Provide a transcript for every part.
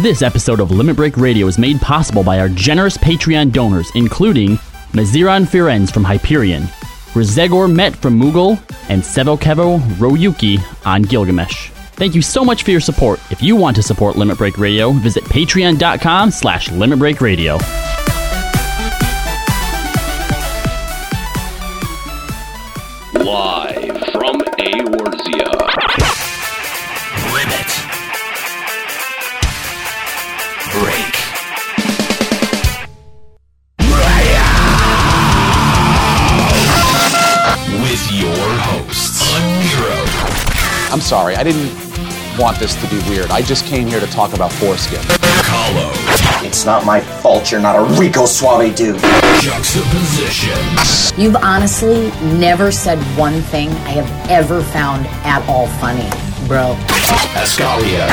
This episode of Limit Break Radio is made possible by our generous Patreon donors, including Maziran Firenz from Hyperion, Rezegor Met from Moogle, and Sevokevo Royuki on Gilgamesh. Thank you so much for your support. If you want to support Limit Break Radio, visit patreon.com slash Limit Break Radio. Live from Aorzia. Limit. Break. With your hosts, Unhero, I'm sorry, I didn't want this to be weird. I just came here to talk about foreskin. Kahlo, It's not my fault you're not a Rico Suave dude. Juxtaposition, You've honestly never said one thing I have ever found at all funny, bro. Escalia,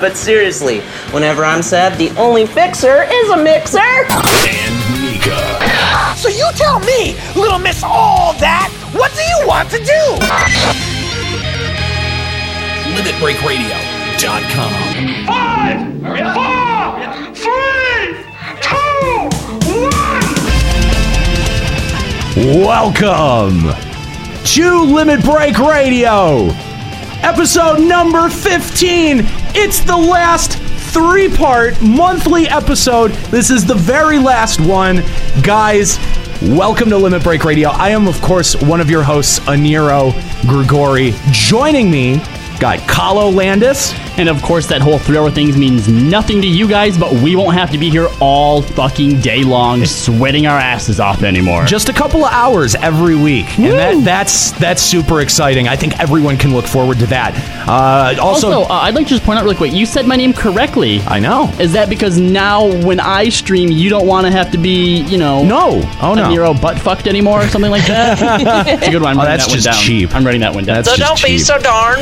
But seriously, whenever I'm sad, the only fixer is a mixer. and Nika. So you tell me, little miss all that, what do you want to do? LimitBreakRadio.com. Five, four, three, two, one. Welcome to Limit Break Radio, episode number 15. It's the last three part monthly episode. This is the very last one. Guys, welcome to Limit Break Radio. I am, of course, one of your hosts, Aniro Grigori. Joining me, got Kahlo Landis. And of course, that whole three hour thing means nothing to you guys, but we won't have to be here all fucking day long sweating our asses off anymore. Just a couple of hours every week, and that, that's that's super exciting. I think everyone can look forward to that. Uh, also, also, uh, I'd like to just point out really quick you said my name correctly. I know. Is that because now when I stream, you don't want to have to be, you know, No. Oh no. Nero butt fucked anymore or something like that? it's a good one. I'm Oh, writing that's that one just down. cheap. I'm writing that one down. That's just cheap. darn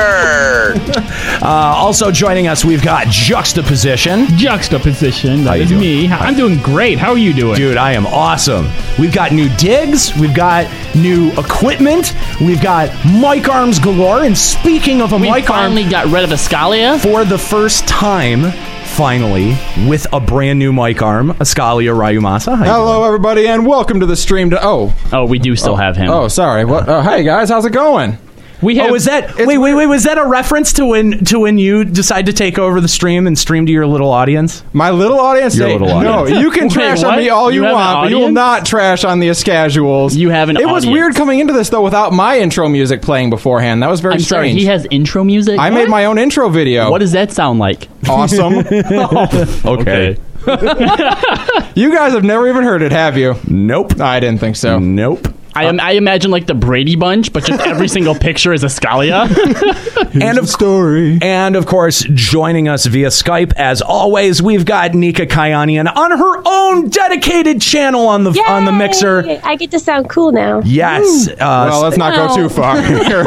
butthurt. Uh, also joining us, we've got Juxtaposition. juxtaposition. How That you is doing? me. How- I'm doing great. How are you doing? Dude, I am awesome. We've got new digs. We've got new equipment. We've got mic arms galore. And speaking of a we mic finally arm, got rid of Escalia. for the first time, finally, with a brand new mic arm, Ascalia Rayumasa. How you Hello, everybody, and welcome to the stream. To oh, Oh, we do still have him. oh, sorry. What? Oh, hey guys, how's it going? We doing? have Oh, is that wait, wait, wait? Was that a reference to when to when you decide to take over the stream and stream to your little audience? My little audience. Your hey, little audience. No, you can Wait, trash what? on me all You you, have an want, but you will audience? not trash on the Escazuals. You have an It was audience. weird coming into this though without my intro music playing beforehand. That was very I'm sorry. strange. He has intro music. I made my own intro video. What does that sound like? Oh. awesome? Okay. you guys have never even heard it, have you? Nope. I didn't think so. Nope. I, am, I imagine like the Brady Bunch, but just every single picture is a Scalia. and of story. And of course, joining us via Skype, as always, we've got Nika Kayanian on her own dedicated channel on the on the mixer. I get to sound cool now. Yes. Uh, Well, let's not go too far. here.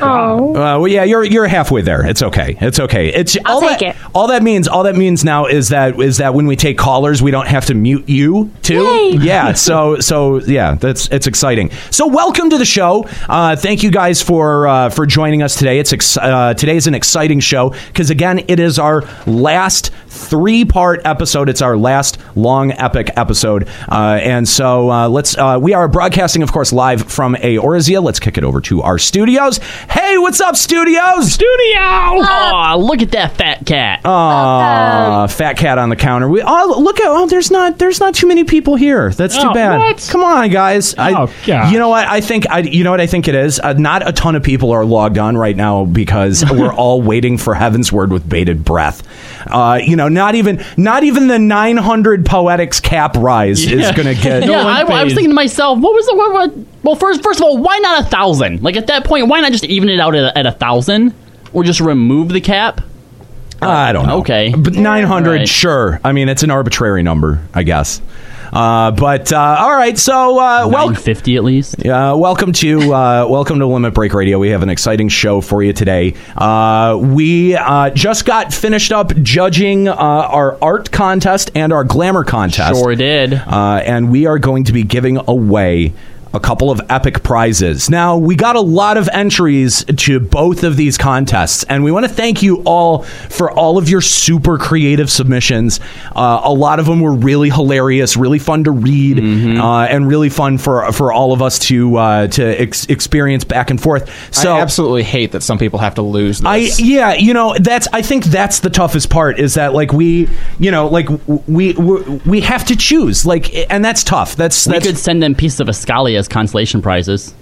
Oh, Uh, well, yeah, you're you're halfway there. It's okay. It's okay. It's I'll all take that it. all that means. All that means now is that is that when we take callers, we don't have to mute you too. Yay. Yeah. So so yeah, that's it's exciting. So welcome to the show. Uh, thank you guys for uh, for joining us today. It's ex- uh, today's an exciting show because again, it is our last three part episode. It's our last long epic episode, uh, and so uh, let's uh, we are broadcasting, of course, live from Aorzia. Let's kick it over to our studios. Hey, what's up, studios? Studio. Aw, look at that fat cat. Uh, fat cat on the counter. We oh look at oh there's not there's not too many people here. That's too Oh, bad. what? Come on guys. I Oh, gosh. you know what I think I you know what I think it is. Uh, not a ton of people are logged on right now because we're all waiting for Heaven's Word with bated breath. Uh, you know, not even not even the 900 poetics cap rise is going to get yeah, one I, I was pays. thinking to myself, what was the what, what, well? First, first of all, why not a thousand? Like at that point, why not just even it out at a, at a thousand, or just remove the cap? I don't know. Okay. But 900, Right. sure. I mean, it's an arbitrary number, I guess. Uh, but uh, all right, so uh, Well, welcome. fifty at least. Uh, welcome to uh, welcome to Limit Break Radio. We have an exciting show for you today. Uh, we uh, just got finished up judging uh, our art contest and our glamour contest, Sure did. uh, and we are going to be giving away. a couple of epic prizes. Now, we got a lot of entries to both of these contests, and we want to thank you all for all of your super creative submissions. Uh, a lot of them were really hilarious, really fun to read, uh, and really fun for for all of us to uh, to ex- experience back and forth. So, absolutely hate that some people have to lose. This. I yeah, you know that's I think that's the toughest part is that like we you know like w- we we, we have to choose like and that's tough. That's We that's could send them pieces of Ascalia as consolation prizes.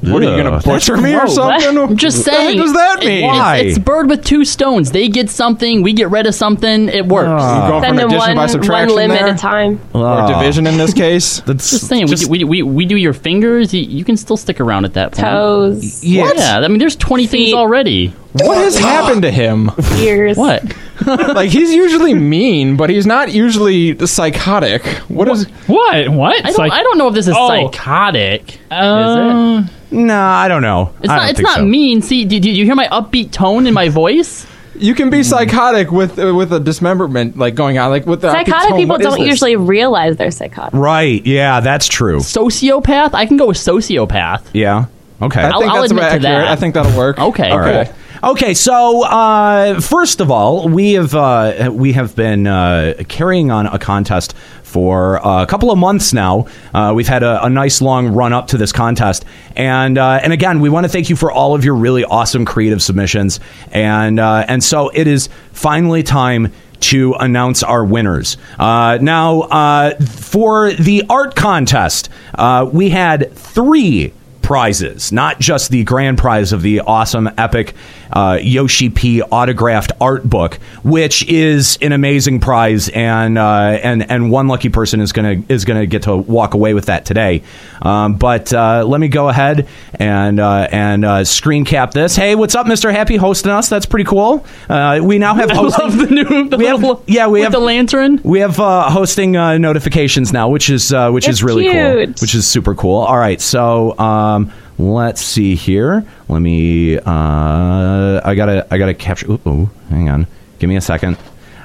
What, are you gonna Ugh. butcher me or something? I'm just What the saying. heck does that it- mean? it's- Why? It's, bird with two stones. They get something. We get rid of something. It works. You go from Send them addition one, by subtraction one limb there? at a time. or division in this case. Ah. That's Just saying, we, do, we, we, we do your fingers. You, you can still stick around at that point. Toes, Yeah, I mean, there's 20 things already. what has happened to him. ears. What? like he's usually mean, but he's not usually psychotic. What is? What? What? I don't, I don't know if this is Oh. psychotic. is it? Uh, no, I don't know. It's I not. don't It's think not so. mean. See, did, did you hear my upbeat tone in my voice? You can be psychotic with uh, with a dismemberment like going on, like with the Psychotic Home, people what is don't this? usually realize they're psychotic. Right? Yeah, that's true. Sociopath. I can go with sociopath. Yeah. Okay. I think I'll that's admit to accurate. that. I think that'll work. Okay. All right. Okay, so uh, first of all, we have uh, we have been uh, carrying on a contest for uh, a couple of months now. Uh, we've had a, a nice long run up to this contest, and uh, and again, we want to thank you for all of your really awesome creative submissions, and uh, and so it is finally time to announce our winners. Uh, now, uh, for the art contest, uh, we had three prizes, not just the grand prize of the awesome, epic uh, Yoshi P autographed art book, which is an amazing prize, and uh, and and one lucky person is gonna is gonna get to walk away with that today. Um, but uh, let me go ahead and uh, and uh, screen cap this. Hey, what's up, Mister Happy, hosting us? That's pretty cool. Uh, we now have I hosting. love the new. The we have- little- yeah, we with have- the lantern. We have uh, hosting uh, notifications now, which is uh, which is It's really cool, cute. which is super cool. All right, so um, let's see here. Let me. Uh, I gotta. I gotta capture. Ooh, ooh, hang on. Give me a second.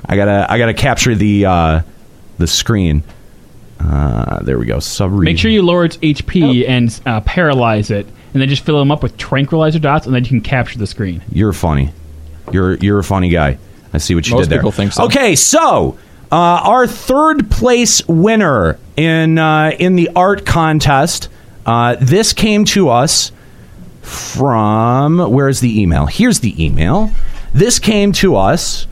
I gotta. I gotta capture the uh, the screen. Uh, there we go. Sub. make sure you lower its HP and uh, paralyze it, and then just fill them up with tranquilizer dots, and then you can capture the screen. You're funny. You're you're a funny guy. I see what you Most did there. people think so. Okay, so uh, our third place winner in uh, in the art contest. Uh, this came to us from where's the email? Here's the email. This came to us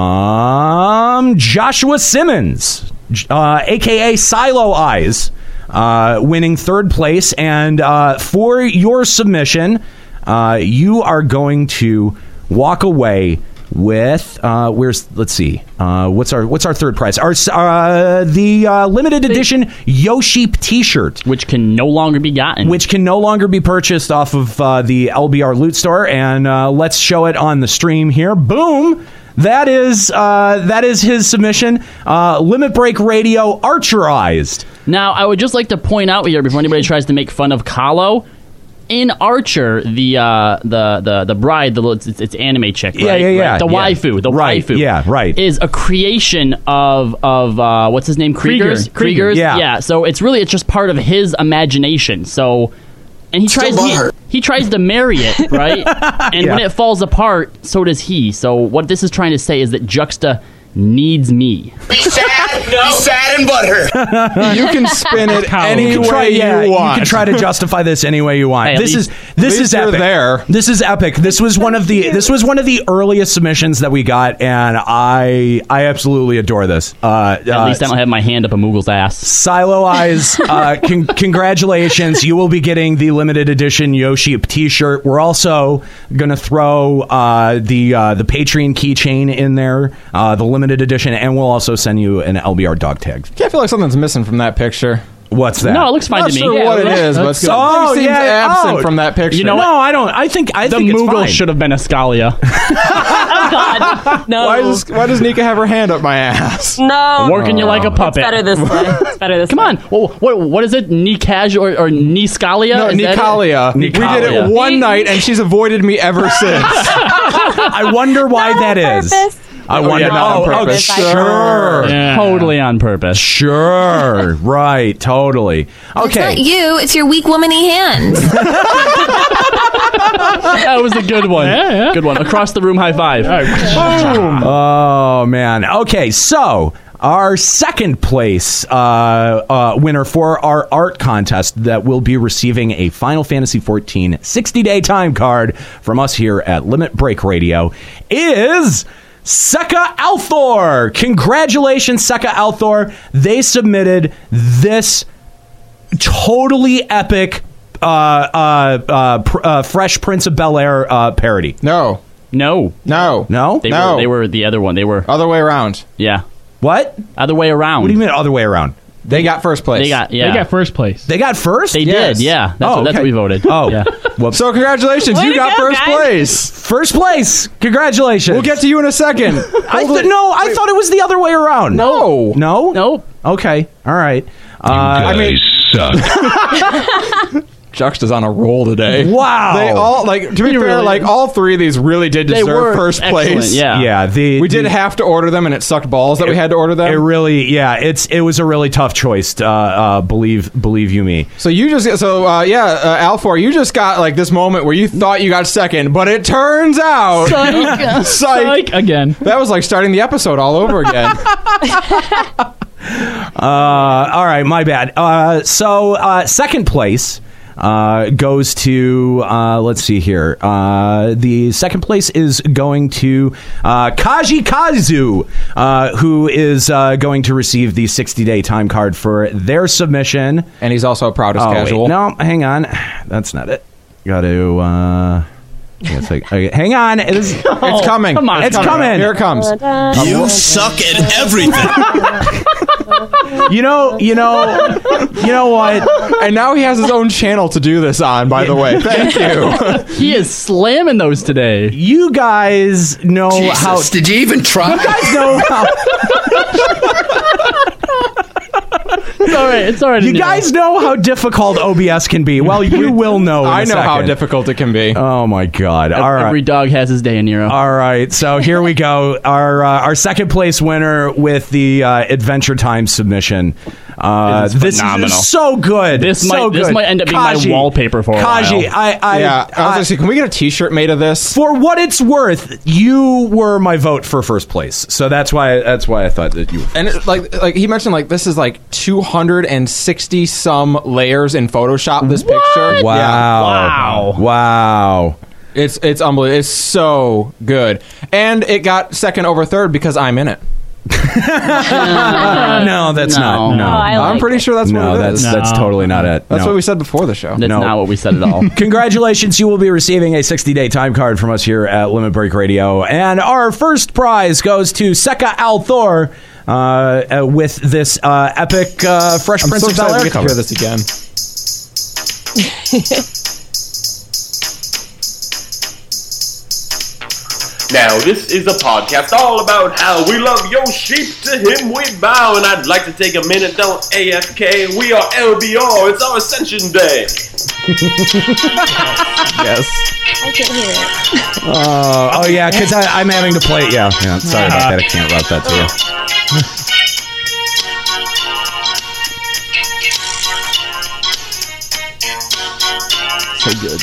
from Joshua Simmons, J- uh, aka Silo Eyes, uh, winning third place. And uh, for your submission, uh, you are going to walk away with uh, where's let's see uh, what's our what's our third prize? Our s- uh, the uh, limited edition Yoshi T-shirt Which can no longer be gotten. which can no longer be purchased off of uh, the LBR Loot Store. And uh, let's show it on the stream here. Boom. That is uh, that is his submission. Uh, Limit Break Radio Archerized. Now, I would just like to point out here before anybody tries to make fun of Kahlo. In Archer, the uh, the the the bride, the little- it's, it's, it's anime chick, right? Yeah, yeah, yeah, Right? The yeah. waifu, the Right, waifu, yeah, right. is a creation of of uh, what's his name, Krieger. Kriegers, Krieger, Kriegers, yeah. So it's really it's just part of his imagination. So, and he Still tries love he, her. he tries to marry it, right? and when Yeah. it falls apart, so does he. So what this is trying to say is that Juxta needs me. Be sad, be sad and butthurt. you can spin it How? any You can try, way yeah, you want. can try to justify this any way you want. Hey, at this least- is this least is you're epic. there. This is epic. This was one of the this was one of the earliest submissions that we got, and I I absolutely adore this. Uh, At least I don't have my hand up a Moogle's ass. Silo Eyes, uh, con- congratulations. You will be getting the limited edition Yoshi t shirt. We're also going to throw uh, the uh, the Patreon keychain in there, uh, the limited edition, and we'll also send you an LBR dog tag. Yeah, I feel like something's missing from that picture. What's that? No, it looks fine Not to me. sure what it is, but that's- something Oh, seems yeah, absent oh. from that picture. You know no, I don't. I think I The think it's Moogle fine. should have been a Scalia. God, no. why does why does Nika have her hand up my ass? no. Working you like a puppet. Oh. It's better this way. It's better this Come way. on. Well, what what is it? Nikash or, or Niscalia? No, Is that it? Nicalia. We did Nicalia. it one night, and she's avoided me ever since. I wonder why that is. purpose. I Oh, wanted yeah, to not know. on purpose. Oh, sure. Yeah. Totally on purpose. Sure. right. Totally. Okay. It's not you. It's your weak womany hand. that was a good one. Good one. Across the room, high five. Oh man. Okay, so our second place uh, uh, winner for our art contest that will be receiving a Final Fantasy XIV 60 day time card from us here at Limit Break Radio is. Seka Althor! Congratulations, Seka Althor! They submitted this totally epic uh, uh, uh, pr- uh, Fresh Prince of Bel Air uh, parody. No. No. No. No? They No. Were, they were the other one. They were other way around. Yeah. What? Other way around. What do you mean other way around? They got first place. They got yeah. They got first place. They got first. They did. Yeah. That's, what, that's what we voted. Oh. Yeah. So congratulations, Way you to got go, first guys. place. First place. Congratulations. We'll get to you in a second. I th- no, I thought it was the other way around. No. No? Nope. Okay. All right. Uh, I mean, Juxta's on a roll today. Wow. They all like to be He fair, really like is. all three of these really did They deserve were first excellent, place. yeah. Yeah, the- we did the- have to order them, and it sucked balls that we had to order them. It really, yeah. It's it was a really tough choice. Uh, uh, believe believe you me. So you just so uh, yeah, uh, Alfor, you just got like this moment where you thought you got second, but it turns out Psych. Psych again. That was like starting the episode all over again. Uh, all right, my bad. Uh, so uh, second place uh, goes to uh, let's see here. Uh, the second place is going to uh, Kaji Kazu, uh, who is uh, going to receive the 60 day time card for their submission. And he's also a proudest oh, wait, casual. no, hang on, that's not it. Got to. Uh, it's like, okay, hang on, it is, It's coming. Come on, it's it's coming. coming. Here it comes. You suck at everything. you know, you know, you know what? And now he has his own channel to do this on. By the way, thank you. he is slamming those today. You guys know Jesus, Oh, how. did you even try? You guys know how. It's all right. It's all right. You guys know how difficult OBS can be. Well, you will know. in a I know how second. difficult it can be. Oh my god! All right. Every dog has his day in Nero. All right, so here we go. Our uh, our second place winner with the uh, Adventure Time submission. Uh, This is phenomenal. so good. This so might- this good. might end up being my wallpaper for a Kaji, while. I, I, yeah, I was gonna say, can we get a T-shirt made of this? for what it's worth, you were my vote for first place. So that's why that's why I thought that you. And it, like like he mentioned, like this is like 260 some layers in Photoshop. This picture. Wow. Wow. Wow. It's it's unbelievable. It's so good, and it got second over third because I'm in it. no, that's Uh, No. not. No, Oh, I I'm like pretty sure that's no, what it that's is. that's No. totally not it. That's No. what we said before the show. That's No. not what we said at all. Congratulations, you will be receiving a 60 day time card from us here at Limit Break Radio. And our first prize goes to Seka Althor uh, uh, with this uh, epic uh, Fresh I'm Prince so of Bel excited Air to get to cover. hear this again. Now, this is a podcast all about how we love your sheep, to him we bow, and I'd like to take a minute, don't AFK. We are LBR, it's our Ascension Day. yes. I can hear it. Uh, oh, yeah, because I'm having to play it. Yeah, yeah sorry about that. I can't route that to you. So good.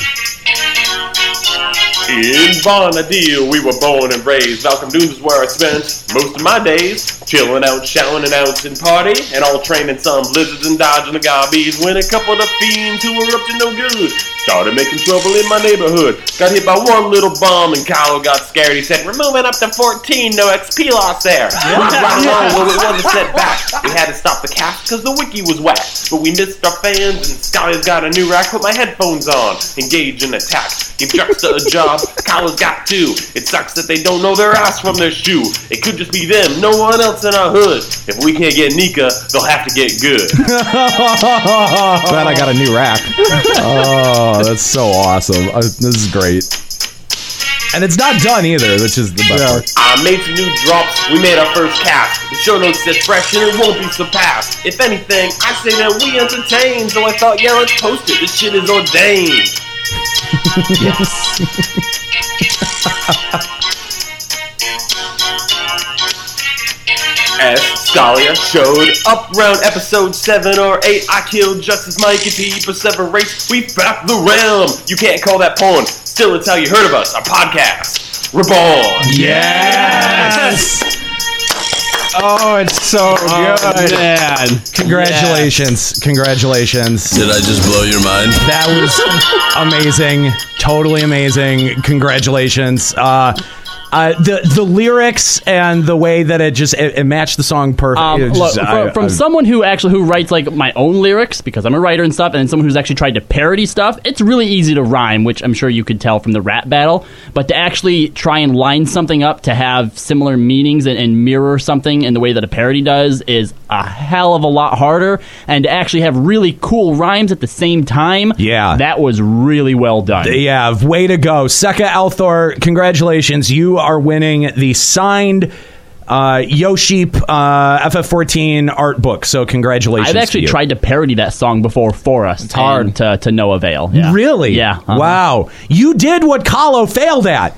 In Bonadil, we were born and raised. Malcolm Dunes is where I spent most of my days. Chilling out, shouting and ouncing party, and all training some blizzards and dodging the gobbies. When a couple of fiends who were up to no good started making trouble in my neighborhood. Got hit by one little bomb, and Kyle got scared. He said, We're moving up to 14, no XP loss there. We was right along where we was a setback. We had to stop the cast because the wiki was whack. But we missed our fans, and Skyler's got a new rack. Put my headphones on, engage in attack. Give Juxta a job, Kyle's got two. It sucks that they don't know their ass from their shoe. It could just be them, no one else in our hood. If we can't get Nika, they'll have to get good. Glad I got a new rack. Oh, that's so awesome. Uh, this is great. And it's not done either, which is the best part. I made some new drops. We made our first cast. The show notes said fresh and it won't be surpassed. If anything, I say that we entertain. So I thought, yeah, let's post it. This shit is ordained. Yes. Dahlia showed up round episode 7 or 8. I killed Justice Mike and P. Perseverace. We back the realm. You can't call that porn. Still, it's how you heard of us. Our podcast. Reborn. Yes! Oh, it's so Oh, good. Man. Congratulations. Congratulations. Did I just blow your mind? That was amazing. Totally amazing. Congratulations. Uh, uh, the the lyrics and the way that it just it, it matched the song perfect. Um, It was look, just- from, I- from I- someone who actually who writes like my own lyrics because I'm a writer and stuff, and someone who's actually tried to parody stuff, it's really easy to rhyme, which I'm sure you could tell from the rap battle. But to actually try and line something up to have similar meanings and, and mirror something in the way that a parody does is a hell of a lot harder. And to actually have really cool rhymes at the same time, yeah, that was really well done. Yeah, way to go. Seka Althor, congratulations. You are winning the signed uh, Yosheep uh, FF14 art book. So, congratulations. I've actually to you. tried to parody that song before for us. It's hard to, to no avail. Yeah. Really? Yeah. uh-huh. Wow. You did what Kahlo failed at.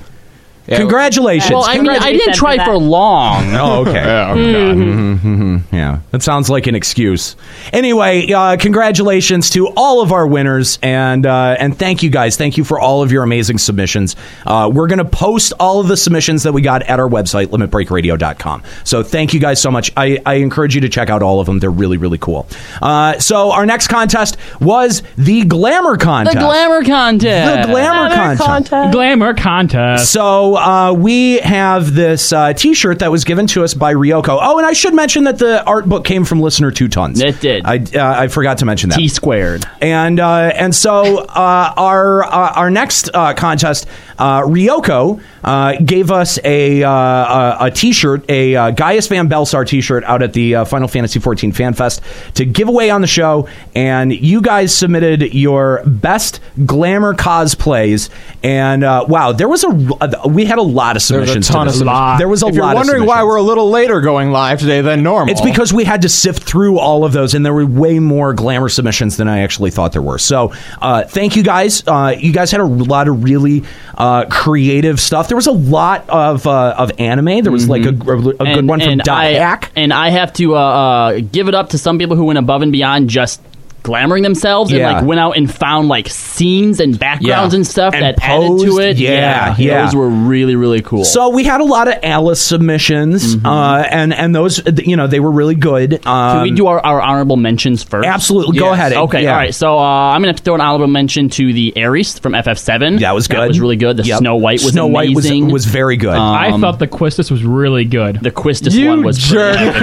Congratulations. Well, I mean, I didn't try for long. Oh, okay. Yeah, God. Mhm, mhm. Yeah. That sounds like an excuse. Anyway, uh, congratulations to all of our winners, and uh, and thank you guys. Thank you for all of your amazing submissions. Uh, we're gonna post all of the submissions that we got at our website, limitbreakradio.com. So thank you guys so much. I, I encourage you to check out all of them. They're really really cool. Uh, so our next contest was the glamour contest. The glamour contest. The glamour Glamour contest. contest. Glamour contest. So uh, we have this uh, T-shirt that was given to us by Ryoko. Oh, and I should mention that the art book came from listener Two Tons. It did. I, uh, I forgot to mention that. T squared. And uh, and so uh, our uh, our next uh, contest, uh, Ryoko uh, gave us a uh, a, a T-shirt, a uh, Gaius Van Belsar T-shirt out at the uh, Final Fantasy 14 Fan Fest to give away on the show. And you guys submitted your best glamour cosplays. And uh, wow, there was a uh, we had a lot of There's a submissions. ton to of this. submissions. There was a if lot. you're wondering of why we're a little later going live today than normal. it's because we had to sift through all of those, and there were way more glamour submissions than I actually thought there were. So, uh, thank you guys. Uh, you guys had a lot of really uh, creative stuff. There was a lot of uh, of anime. There was like a, a, good one from Mm-hmm. and Dot I, Hack. And I have to uh, uh, give it up to some people who went above and beyond just glamoring themselves Yeah. and like went out and found like scenes and backgrounds Yeah. and stuff And that added posed. to it. Yeah, yeah. Those were really really cool. So we had a lot of Alice submissions, Mm-hmm. uh, and and those you know they were really good. Um, Can we do our, our honorable mentions first? Absolutely, go ahead. Okay, Yeah. all right. So uh, I'm gonna have to throw an honorable mention to the Ares from FF7. That was good. That was really good. The Yep. Snow White was Snow White was- amazing. was very good. I Um, thought the Quistis was really good. The Quistis you one was jerk.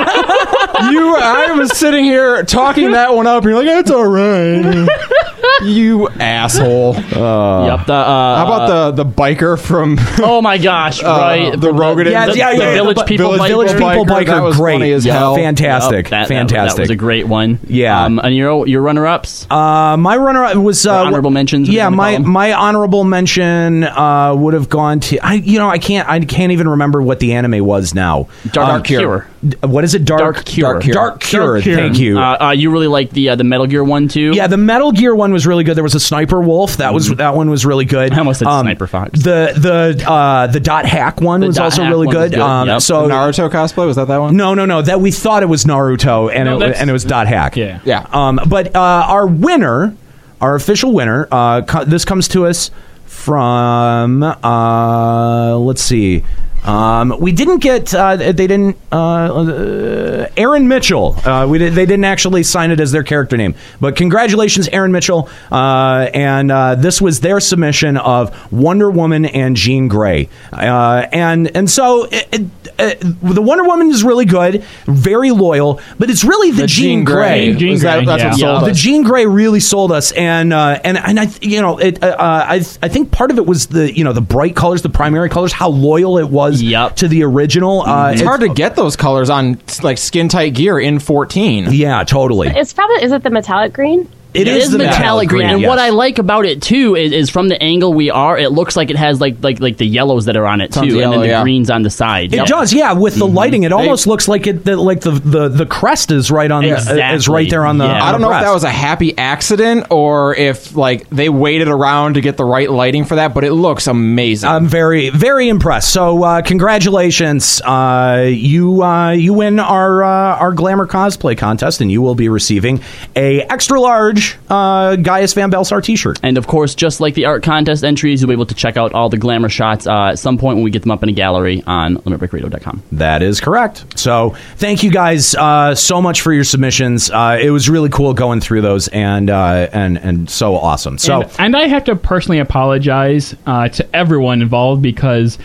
you, I was sitting here talking that one up, and you're like, "It's all right." Oh you asshole. yep. The, uh, How about the the biker from? Oh my gosh! Uh, right, the Rogan. Yeah, the, yeah, yeah, the yeah, Village the bu- people. Village biker, People that Biker, was great. funny as Yeah. hell. Fantastic. Yep, that- that- Fantastic. That, was a great one. Yeah. Um, and your your runner ups. Uh, my runner up was uh, honorable mentions. Yeah, whatever my you wanna call 'em. my honorable mention uh, would have gone to I. You know, I can't I can't even remember what the anime was now. Um, Dark Cure. D- What is it? Dark, Cure. Dark Cure. Dark Cure. Dark Thank you. Uh, uh, you really like the uh, the Metal Gear one too. yeah, the Metal Gear one was really good. There was a Sniper Wolf. That was that one was really good. I almost Mm-hmm. said Sniper Fox. The the uh, the Dot Hack one The was Dot also Hack really one was good. good, Um, yep. So The Naruto cosplay was that that one? No, no, no. That we thought it was Naruto, and No, it that's- and it was Dot Hack. Yeah. Yeah. Um, but uh, our winner, our official winner, uh, co- this comes to us from uh, let's see. Um, we didn't get. Uh, they didn't. Uh, uh, Aaron Mitchell. Uh, we did, they didn't actually sign it as their character name. But congratulations, Aaron Mitchell. Uh, and uh, this was their submission of Wonder Woman and Jean Grey. Uh, and and so it, it, it, the Wonder Woman is really good, very loyal. But it's really the, Jean, Jean Grey. Grey. Jean Was that- Grey, that's what yeah. sold The us. Jean Grey really sold us, and uh, and and I, th- you know, it, uh, uh, I I think part of it was the you know the bright colors, the primary colors, how loyal it was to the original. Uh, Mm-hmm. Mm, it's hard to get those colors on like skin tight gear in 14. Yeah, totally. It's probably is it the metallic green? It is the metallic green, And yes. what I like about it too is, is from the angle we are, it looks like it has like like like the yellows that are on it too, Tons of and yellow, then the yeah. greens on the side. It Yep. does, yeah. With the Mm-hmm. lighting, it almost looks like it, the, like the, the the crest is right on the is right there on the. on I don't the know if breast. that was a happy accident or if like they waited around to get the right lighting for that, but it looks amazing. I'm very, very impressed. So, uh, congratulations! Uh, you uh, you win our uh, our glamour cosplay contest, and you will be receiving a extra large uh, Gaius Van Belsar T-shirt. And of course, just like the art contest entries, you'll be able to check out all the glamour shots uh, at some point when we get them up in a gallery on limitbreakradio.com. That is correct. So, thank you guys uh, so much for your submissions. Uh, it was really cool going through those, and uh, and and so awesome. So. and, and I have to personally apologize uh, to everyone involved because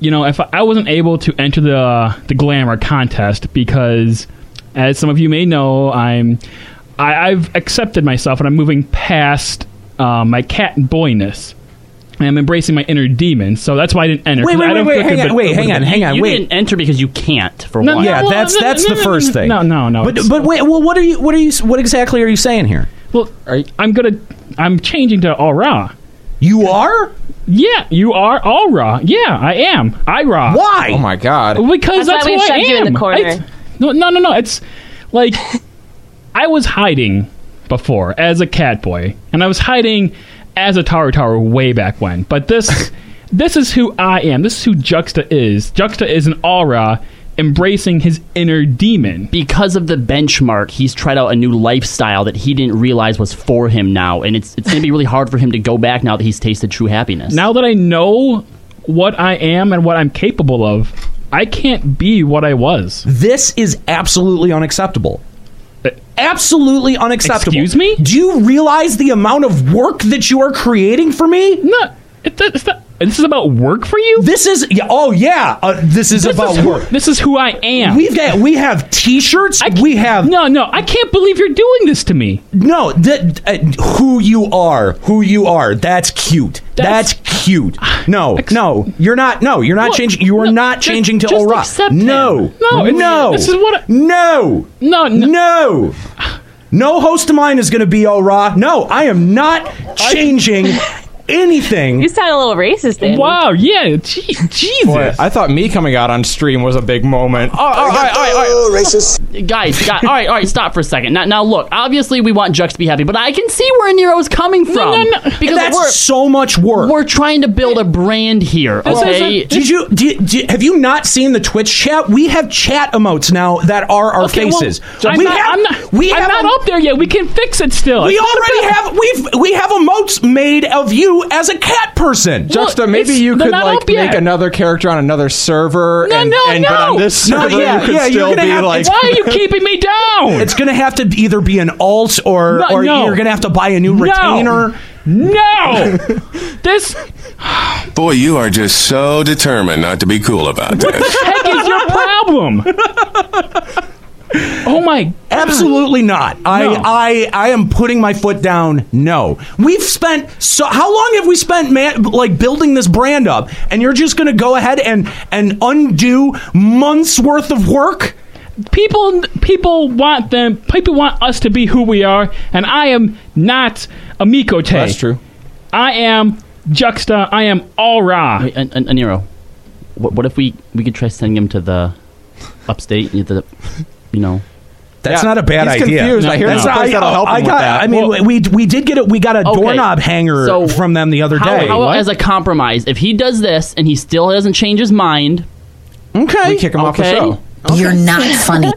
you know if I, I wasn't able to enter the the glamour contest because as some of you may know I'm I, I've accepted myself and I'm moving past uh, my cat boyness. And I'm embracing my inner demon, so that's why I didn't enter. Wait, 'cause wait, I wait, don't wait, think hang it on, would- wait, it hang would- on, hang on, you wait. didn't enter because you can't for No, one. no, yeah, well, that's no, that's no, the no, first no, thing. no, no, no, But it's- but wait, well, what are you what are you what exactly are you saying here? Well, I'm gonna. I'm changing to aura. You are? Yeah, you are aura. Yeah, I am. I raw. Why? Oh my god! Because That's that's, why we who I shoved you in am. the corner. It's- no, no, no, no. It's like I was hiding before as a cat boy, and I was hiding as a Taru Taru way back when. But this, this is who I am. This is who Juxta is. Juxta is an aura embracing his inner demon. Because of the benchmark, he's tried out a new lifestyle that he didn't realize was for him now, and it's it's going to be really hard for him to go back now that he's tasted true happiness. Now that I know what I am and what I'm capable of, I can't be what I was. This is absolutely unacceptable. Absolutely unacceptable. Excuse me? Do you realize the amount of work that you are creating for me? No, it's not. This is about work for you. This is yeah, oh yeah. Uh, this is This about is who- work. this is who I am. We've got we have T-shirts. We have no no. I can't believe you're doing this to me. No, that uh, who you are, who you are. That's cute. That's, cute. No, no, you're not. No, you're not changing. You are not changing to just Aura. accept him. no, No, it's- no. this is what I- no, no, no, no. host of mine is going to be Aura. No, I am not changing anything. You sound a little racist. Danny. Wow, Oh, yeah, gee, Jesus. Boy, I thought me coming out on stream was a big moment. Oh, all right, all right, all right. Racist. Guys, guys, all right, all right, stop for a second. Now, now look, obviously we want Jux to be happy, but I can see where Nero's coming from. no, no. Because That's we're, so much work. we're trying to build a brand here, Well, okay? did you did, did- have you not seen the Twitch chat? We have chat emotes now that are our Okay, well, faces. I'm we not, have I'm not, we I'm have not em- up there yet. We can fix it still. we It's not already about- have we've we have emotes made of you as a cat person. Juxta, maybe it's- you they're could not like up yet. make another character on another server, No, and, no, and but no. on this No, server yeah, you could yeah, you're still gonna be have- like. Why are you keeping me down? It's gonna have to either be an alt or No, or no. you're gonna have to buy a new No. retainer. no, this Boy, you are just so determined not to be cool about this. heck is your problem. oh my Absolutely not. I, No. I I am putting my foot down. No, we've spent so. How long have we spent, man, like building this brand up, and you're just going to go ahead and and undo months worth of work? people people want them people want us to be who we are and i am not a mikote That's true. i am juxta i am all ra Wait, and, and, and Nero, what, what if we we could try sending him to the upstate, you- the, you know? That's Yeah, not a bad he's idea. confused. I hear That's there's a not- place that'll help him I with got. that. I mean, Well- we we did get a we got a Okay, doorknob hanger so from them the other How, day. how What? as a compromise, if he does this and he still doesn't change his mind, okay, We kick him off the Okay. show. You're not funny.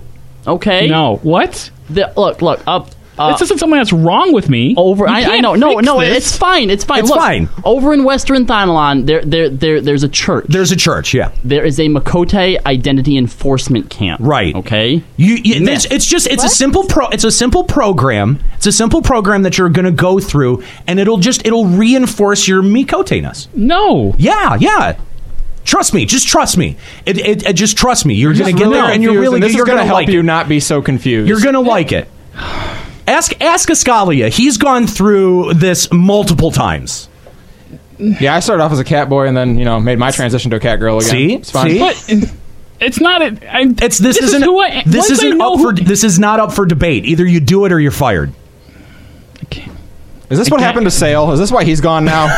okay? no what The, look, look, up. Uh, this isn't something that's wrong with me over, You I, I can't know, no, fix no, this. it's fine, it's fine. It's Look, fine. Over in Western Thonalon, there, there, there, there's a church. There's a church. Yeah. there is a Makote identity enforcement camp. Right. Okay. You, you it's, it's just it's a simple pro it's a simple program. It's a simple program that you're going to go through and it'll just it'll reinforce your mikoteness. no Yeah, yeah. Trust me, just trust me. It, it, it- just trust me. You're Just going to get really there and you're confused, really this is you're gonna going to help like you it. not be so confused. You're going to like it. Ask ask Ascalia. He's gone through this multiple times. yeah, I started off as a cat boy and then you know made my transition to a cat girl again. See? it's fine. See? but it's not a, I, It's this, is isn't who I, this once I isn't know up who- for this is not up for debate. Either you do it or you're fired. Is this what happened to Sale? Is this why he's gone now?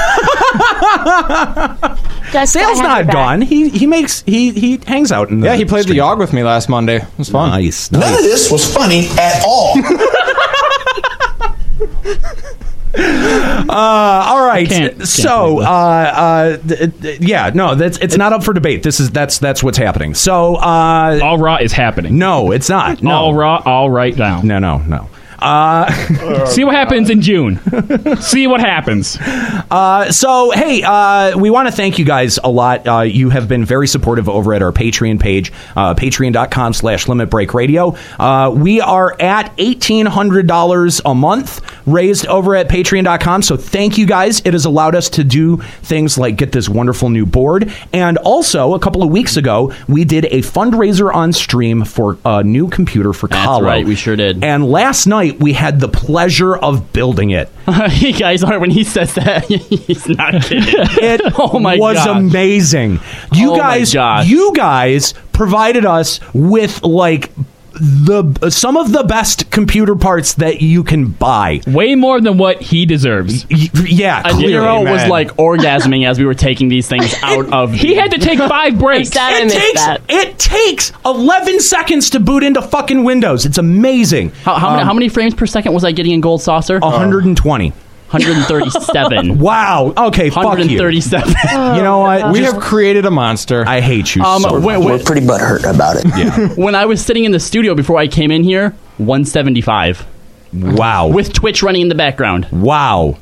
Sale's not gone. He he makes he he hangs out in the yeah, he played the Yog with me last Monday. It was fun. Nice. None of this was funny at all. Uh, all right. so, uh, uh, d- d- yeah, no, that's it's not up for debate. This is that's that's what's happening. So, uh, all raw is happening. No, it's not. No. All raw, all right now. No, no, no. Uh, See what happens in June. See what happens. Uh, so, hey, uh, we want to thank you guys a lot. Uh, you have been very supportive over at our Patreon page, uh, patreon.com slash Limit Break Radio. Uh, we are at $1,800 a month raised over at patreon.com. So thank you guys. It has allowed us to do things like get this wonderful new board. And also, a couple of weeks ago, we did a fundraiser on stream for a new computer for That's right, we sure did. And last night, we had the pleasure of building it. you guys are when he says that he's not kidding. It oh my was gosh. amazing. You Oh my guys, gosh. you guys provided us with like the some of the best computer parts that you can buy. Way more than what he deserves. yeah, clearly, Nero was man. like orgasming as we were taking these things out of. He had to take five breaks. it takes it takes 11 seconds to boot into fucking Windows. It's amazing. Um, How, how, many, how many frames per second was I getting in Gold Saucer? 120. 137. wow. Okay. Fuck you. 137. You know what? We have created a monster. I hate you. Um, so wait, much. wait. We're pretty butthurt about it. Yeah. when I was sitting in the studio before I came in here, 175 Wow. with Twitch running in the background. Wow.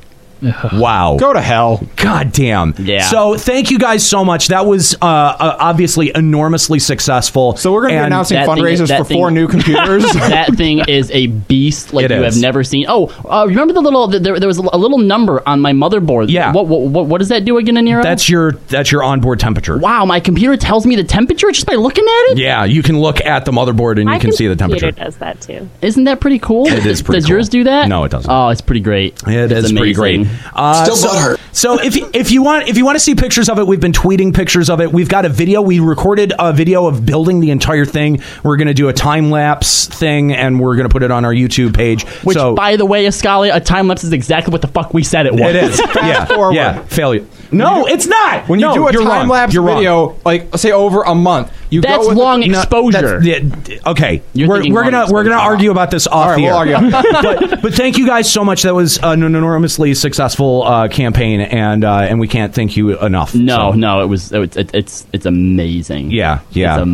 Wow. Go to hell. God damn. Yeah. So thank you guys so much. That was uh, uh, obviously enormously successful. So we're gonna be announcing That thing- fundraisers that for thing- four new computers. that thing is a beast like It you is. have never seen. Oh, uh, remember the little th- there, there was a little number on my motherboard. Yeah. What what, what, what does that do again, Nero? That's your that's your onboard temperature. wow. My computer tells me the temperature just by looking at it. Yeah, you can look at the motherboard and you My can see the temperature. computer does that too. Isn't that pretty cool? It is pretty Does yours do that? No, it doesn't. Oh, it's pretty great. It It's is pretty amazing. great. Uh, Still so, butthurt. So if if you want if you want to see pictures of it, we've been tweeting pictures of it. We've got a video. We recorded a video of building the entire thing. We're gonna do a time lapse thing, and we're gonna put it on our YouTube page. Which, so by the way, Escalia, a time lapse is exactly what the fuck we said it it was. is. yeah, yeah. Failure. No, it's not. When you No, do a you're wrong. time lapse You're wrong. video, like say over a month, you That's go with long No, exposure. Yeah, d- okay, we're, thinking we're long gonna we're gonna argue about this off right, the we'll air. argue. but, but thank you guys so much. That was an enormously successful uh, campaign, and uh, and we can't thank you enough. No, So, no, it was it, it, it's it's amazing. Yeah, yeah. It's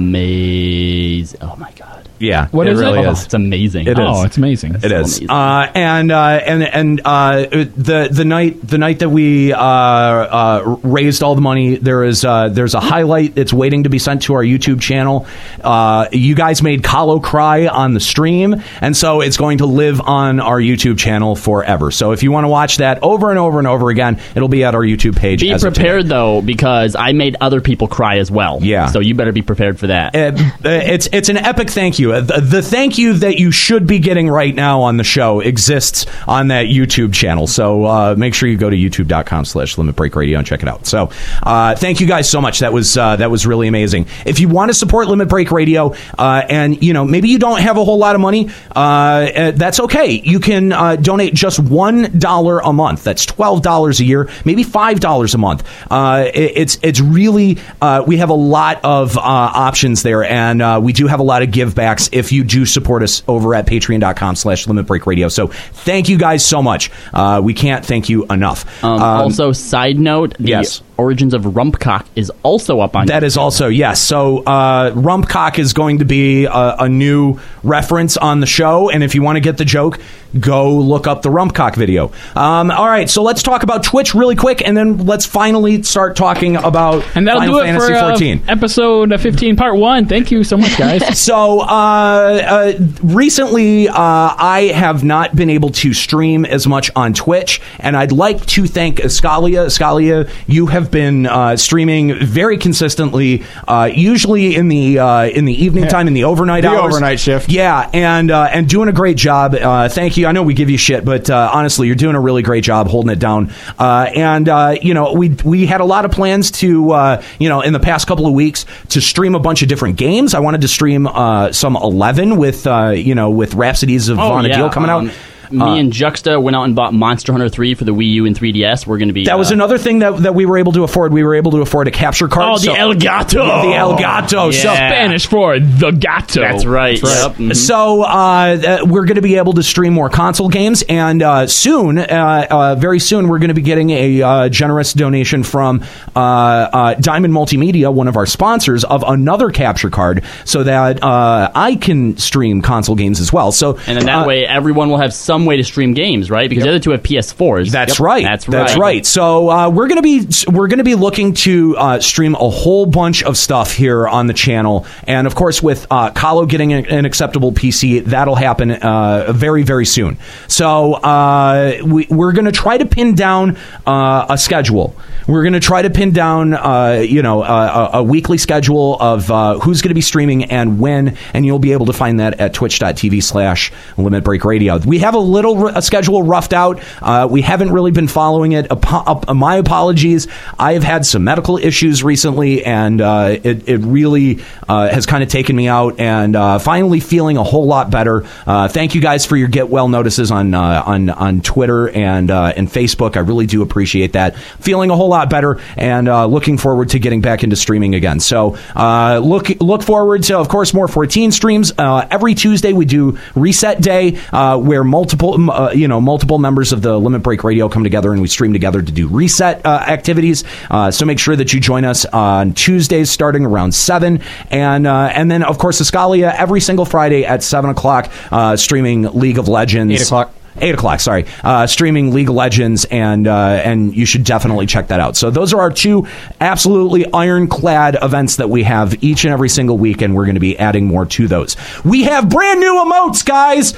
amazing. Oh my god. yeah, What it is it? really Oh, is. it's amazing. It is. Oh, it's amazing. It is, amazing. uh, and uh, and and uh, the the night the night that we uh, uh, raised all the money, there is uh, there's a highlight that's waiting to be sent to our YouTube channel. Uh, you guys made Kahlo cry on the stream, and so it's going to live on our YouTube channel forever. So if you want to watch that over and over and over again, it'll be at our YouTube page. Be as of today. prepared though, because I made other people cry as well. Yeah. So you better be prepared for that. Uh, it's it's an epic thank you. Uh, The, the thank you that you should be getting right now on the show exists on that YouTube channel. So uh, make sure you go to youtube.com slash limit break radio and check it out. So uh, thank you guys so much. That was uh, that was really amazing. If you want to support Limit Break Radio uh, and you know maybe you don't have a whole lot of money, uh, uh, that's okay. You can uh, donate just one dollar a month. That's twelve dollars a year, maybe five dollars a month. Uh, it- it's it's really uh, we have a lot of uh, options there, and uh, we do have a lot of give backs if you do support us over at Patreon.com/slash Limit Break Radio. So thank you guys so much. Uh, we can't thank you enough. Um, also, side note, the yes. origins of Rumpcock is also up on That is also yes. So uh, Rumpcock is going to be a, a new reference on the show, and if you want to get the joke, go look up the Rumpcock video. Um, all right, so let's talk about Twitch really quick, and then let's finally start talking about And that'll Final do it Fantasy for uh, 14. episode uh, 15, part one. Thank you so much, guys. So uh, uh, recently, uh, I have not been able to stream as much on Twitch, and I'd like to thank Escalia. Escalia, you have been uh, streaming very consistently, uh, usually in the uh, in the evening time, in the overnight The hours, overnight shift. Yeah, and uh, and doing a great job. Uh, thank you. I know we give you shit, but uh, honestly, you're doing a really great job holding it down. Uh, and uh, you know, we we had a lot of plans to uh, you know in the past couple of weeks to stream a bunch of different games. I wanted to stream uh, some Eleven with uh, you know with Rhapsodies of Oh, Von yeah, Adil coming um, out. Me Uh, and Juxta went out and bought Monster Hunter 3 for the Wii U and 3DS. We're going to be. That was uh, another thing that, that we were able to afford. We were able to afford a capture card. Oh, the Elgato. Yeah, the El Gato. So Yeah. Spanish for the Gato. That's right. Yep. Mhm. So uh, th- we're going to be able to stream more console games, and uh, soon, uh, uh, very soon, we're going to be getting a uh, generous donation from uh, uh, Diamond Multimedia, one of our sponsors, of another capture card, so that uh, I can stream console games as well. So And then that way, everyone will have some way to stream games, right? Because the other two have PS4s. That's Yep. right. That's right. That's right. So uh, we're gonna be we're gonna be looking to uh, stream a whole bunch of stuff here on the channel, and of course with uh, Kahlo getting an, an acceptable PC, that'll happen uh, very very soon. So uh, we, we're gonna try to pin down uh, a schedule. We're gonna try to pin down uh, you know a, a a weekly schedule of uh, who's gonna be streaming and when, and you'll be able to find that at twitch.tv slash limit break radio. We have a little r- a schedule roughed out. Uh, we haven't really been following it. Apo- ap- my apologies. I have had some medical issues recently, and uh, it, it really uh, has kind of taken me out. And uh, finally, feeling a whole lot better. Uh, thank you guys for your get well notices on uh, on on Twitter and uh, and Facebook. I really do appreciate that. Feeling a whole lot better, and uh, looking forward to getting back into streaming again. So uh, look look forward to, of course, more 14 streams uh, every Tuesday. We do reset day uh, where multiple m- uh, you know multiple members of the Limit Break Radio come together and we stream together to do reset uh, activities. Uh, so make sure that you join us on Tuesdays starting around seven, and uh, and then of course Escalia every single Friday at seven o'clock uh, streaming League of Legends. Eight o'clock. Eight o'clock. Sorry, uh, streaming League of Legends, and uh, and you should definitely check that out. So those are our two absolutely ironclad events that we have each and every single week, and we're going to be adding more to those. We have brand new emotes, guys,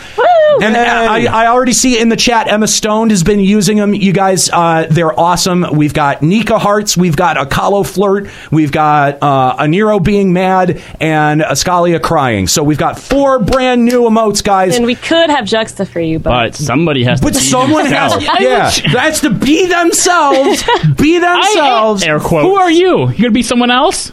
and uh, I, I already see in the chat Emma Stone has been using them. You guys, uh, they're awesome. We've got Nika Hearts, we've got Akalo Flirt, we've got uh, Aniro being mad, and Ascalia crying. So we've got four brand new emotes, guys. And we could have Juxta for you, but. But somebody has But to. be someone has, themselves. yeah, that's to be themselves, be themselves. air quotes. Who are you? You gonna be someone else?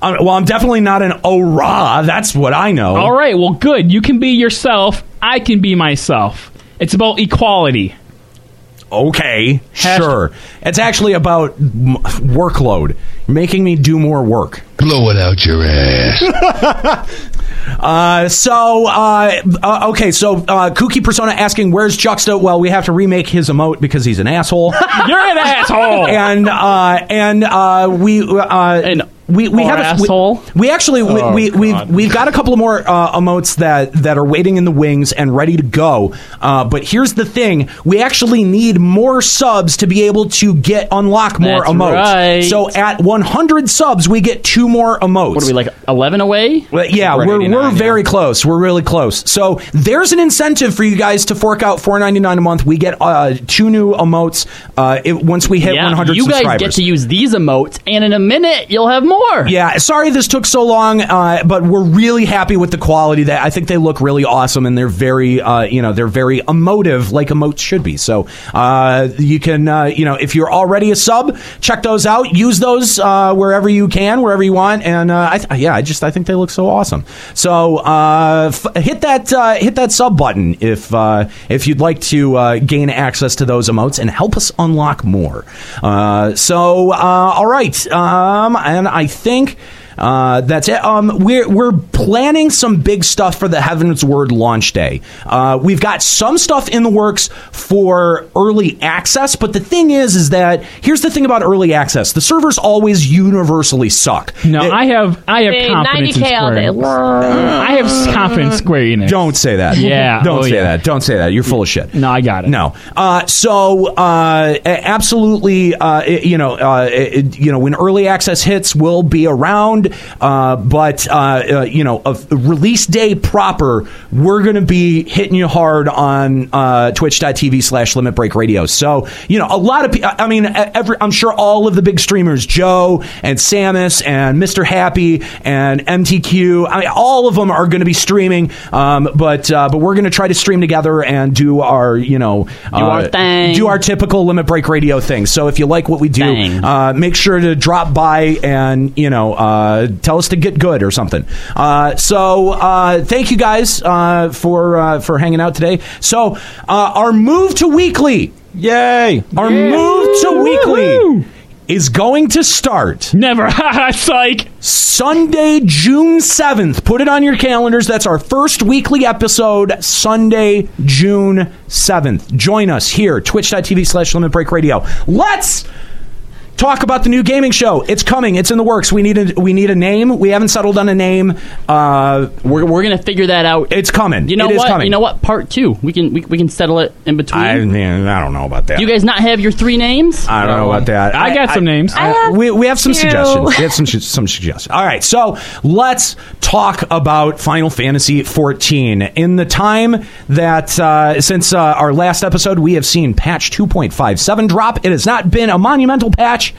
well, I'm definitely not an Ora. That's what I know. All right, well, good. You can be yourself. I can be myself. It's about equality. Okay, sure. It's actually about m- workload, You're making me do more work. Blow it out your ass. Uh, so uh, uh, okay, so uh, Kooky Persona asking, "Where's Juxta?" Well, we have to remake his emote because he's an asshole. You're an asshole. And uh, and uh, we uh, and we we or have a- we- asshole? We, actually we, Oh, we we've, God. we've got a couple of more uh, emotes that that are waiting in the wings and ready to go. Uh, but here's the thing: we actually need more subs to be able to get unlock more That's emotes. right. So at 100 subs, we get two more emotes. What are we, like 11 away? Well, yeah, We're at we're, 89, we're very close. We're really close. So there's an incentive for you guys to fork out four ninety nine a month. We get uh, two new emotes uh, it, once we hit Yeah, 100 you guys subscribers. get to use these emotes, and in a minute, you'll have more. Yeah, sorry this took so long, uh, but we're really happy with the quality. That I think they look really awesome, and they're very, uh, you know, they're very emotive, like emotes should be. So uh, you can, uh, you know, if you're already a sub, check those out. Use those uh, wherever you can, wherever you want, and uh, I th- yeah, I just I think they look so awesome. So uh, f- hit that uh, hit that sub button if uh, if you'd like to uh, gain access to those emotes and help us unlock more. Uh, so uh, all right, um, and I think. Uh, that's it. Um, we're we're planning some big stuff for the Heaven's Word launch day. Uh, we've got some stuff in the works for early access, but the thing is, is that here's the thing about early access: the servers always universally suck. No, I have I have Hey, confidence in 90K all Square day Enix. long. I have s- confidence in Square Enix. Don't say that. Yeah, Don't oh, say yeah. that. Don't say that. You're full of shit. No, I got it. No. Uh, so uh, a- absolutely, uh, it- you know, uh, it, you know, when early access hits, we'll be around. Uh, but uh, uh, you know, of release day proper, we're going to be hitting you hard on uh, Twitch.tv slash Limit Break Radio. So you know, a lot of, pe- I I mean, e- every, I'm sure all of the big streamers, Joe and Samus and Mr. Happy and MTQ, I mean, all of them are going to be streaming. Um, but uh, but we're going to try to stream together and do our, you know, uh, Do our thing. do our typical limit break radio thing. So if you like what we do, uh, make sure to drop by and you know uh, uh, tell us to get good or something. Uh, so uh, thank you guys uh, for uh, for hanging out today. So uh, our move to weekly, yay! Our move to weekly is going to start. Never. Psych. Sunday, June 7th. Put it on your calendars. That's our first weekly episode, Sunday, June 7th. Join us here, twitch.tv slash limit break radio. Let's talk about the new gaming show. It's coming. It's in the works. We need a, we need a name. We haven't settled on a name. Uh, we're we're gonna figure that out. It's coming. You know It is what? coming. You know what? Part two. We can we, we can settle it in between. I, mean, I don't know about that. Do you guys not have your three names? I don't know about that. I got some names. I have we, we have some two. suggestions. We have some some suggestions. All right, so let's talk about Final Fantasy 14. In the time that uh, since uh, our last episode, we have seen patch 2.57 drop. It has not been a monumental patch.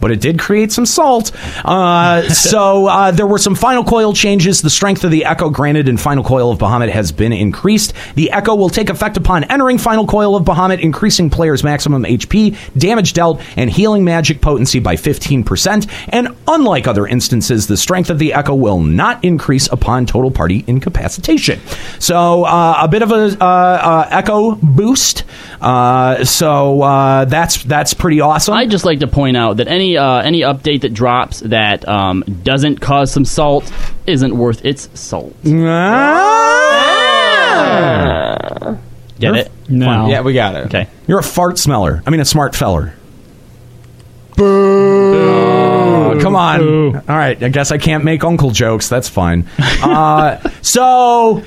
But it did create some salt. Uh, so uh, there were some final coil changes. The strength of the Echo Granite and Final Coil of Bahamut has been increased. The Echo will take effect upon entering Final Coil of Bahamut, increasing players' maximum HP, damage dealt, and healing magic potency by 15%. And unlike other instances, the strength of the Echo will not increase upon total party incapacitation. So uh, a bit of a uh, uh, Echo boost. Uh, so uh, that's that's pretty awesome. I'd just like to point out that any uh, any update that drops that um, doesn't cause some salt isn't worth its salt. Ah! Get it? No. Yeah, we got it. Okay. You're a fart smeller. I mean, a smart feller. Oh, come on. All right. I guess I can't make uncle jokes. That's fine. Uh, so.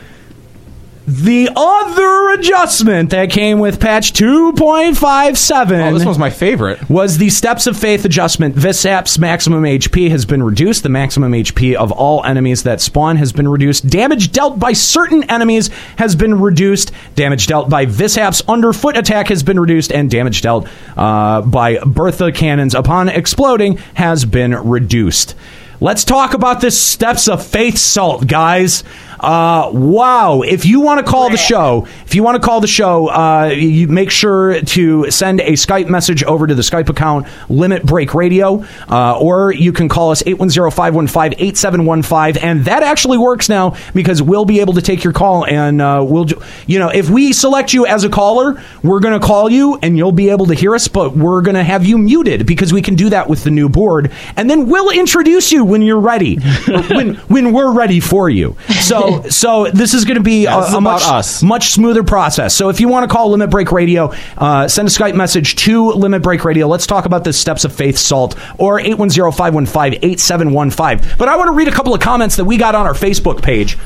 The other adjustment that came with patch 2.57. this one's my favorite. Was the Steps of Faith adjustment. Visap's maximum HP has been reduced. The maximum HP of all enemies that spawn has been reduced. Damage dealt by certain enemies has been reduced. Damage dealt by Visap's underfoot attack has been reduced. And damage dealt uh, by Bertha cannons upon exploding has been reduced. Let's talk about this Steps of Faith salt, guys. Uh, wow. If you want to call the show, if you want to call the show, uh, you make sure to send a Skype message over to the Skype account Limit Break Radio, uh, or you can call us 810 515 8715. And that actually works now because we'll be able to take your call and uh, we'll, ju- you know, if we select you as a caller, we're going to call you and you'll be able to hear us, but we're going to have you muted because we can do that with the new board. And then we'll introduce you when you're ready, or when, when we're ready for you. So, so this is going to be Yeah, a, this is a about much, us. much smoother process. So if you want to call Limit Break Radio, uh, send a Skype message to Limit Break Radio. Let's talk about the Steps of Faith Salt or 810-515-8715. But I want to read a couple of comments that we got on our Facebook page.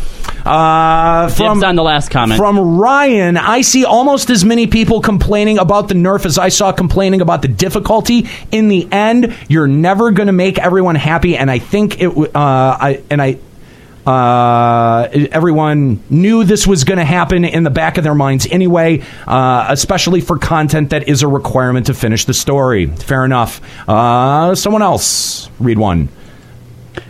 Uh, from on the last comment. From Ryan, I see almost as many people complaining about the nerf as I saw complaining about the difficulty. In the end, you're never going to make everyone happy, and I think it. w- Uh, I and I uh, everyone knew this was going to happen in the back of their minds anyway, uh, especially for content that is a requirement to finish the story. Fair enough. Uh, someone else, read one.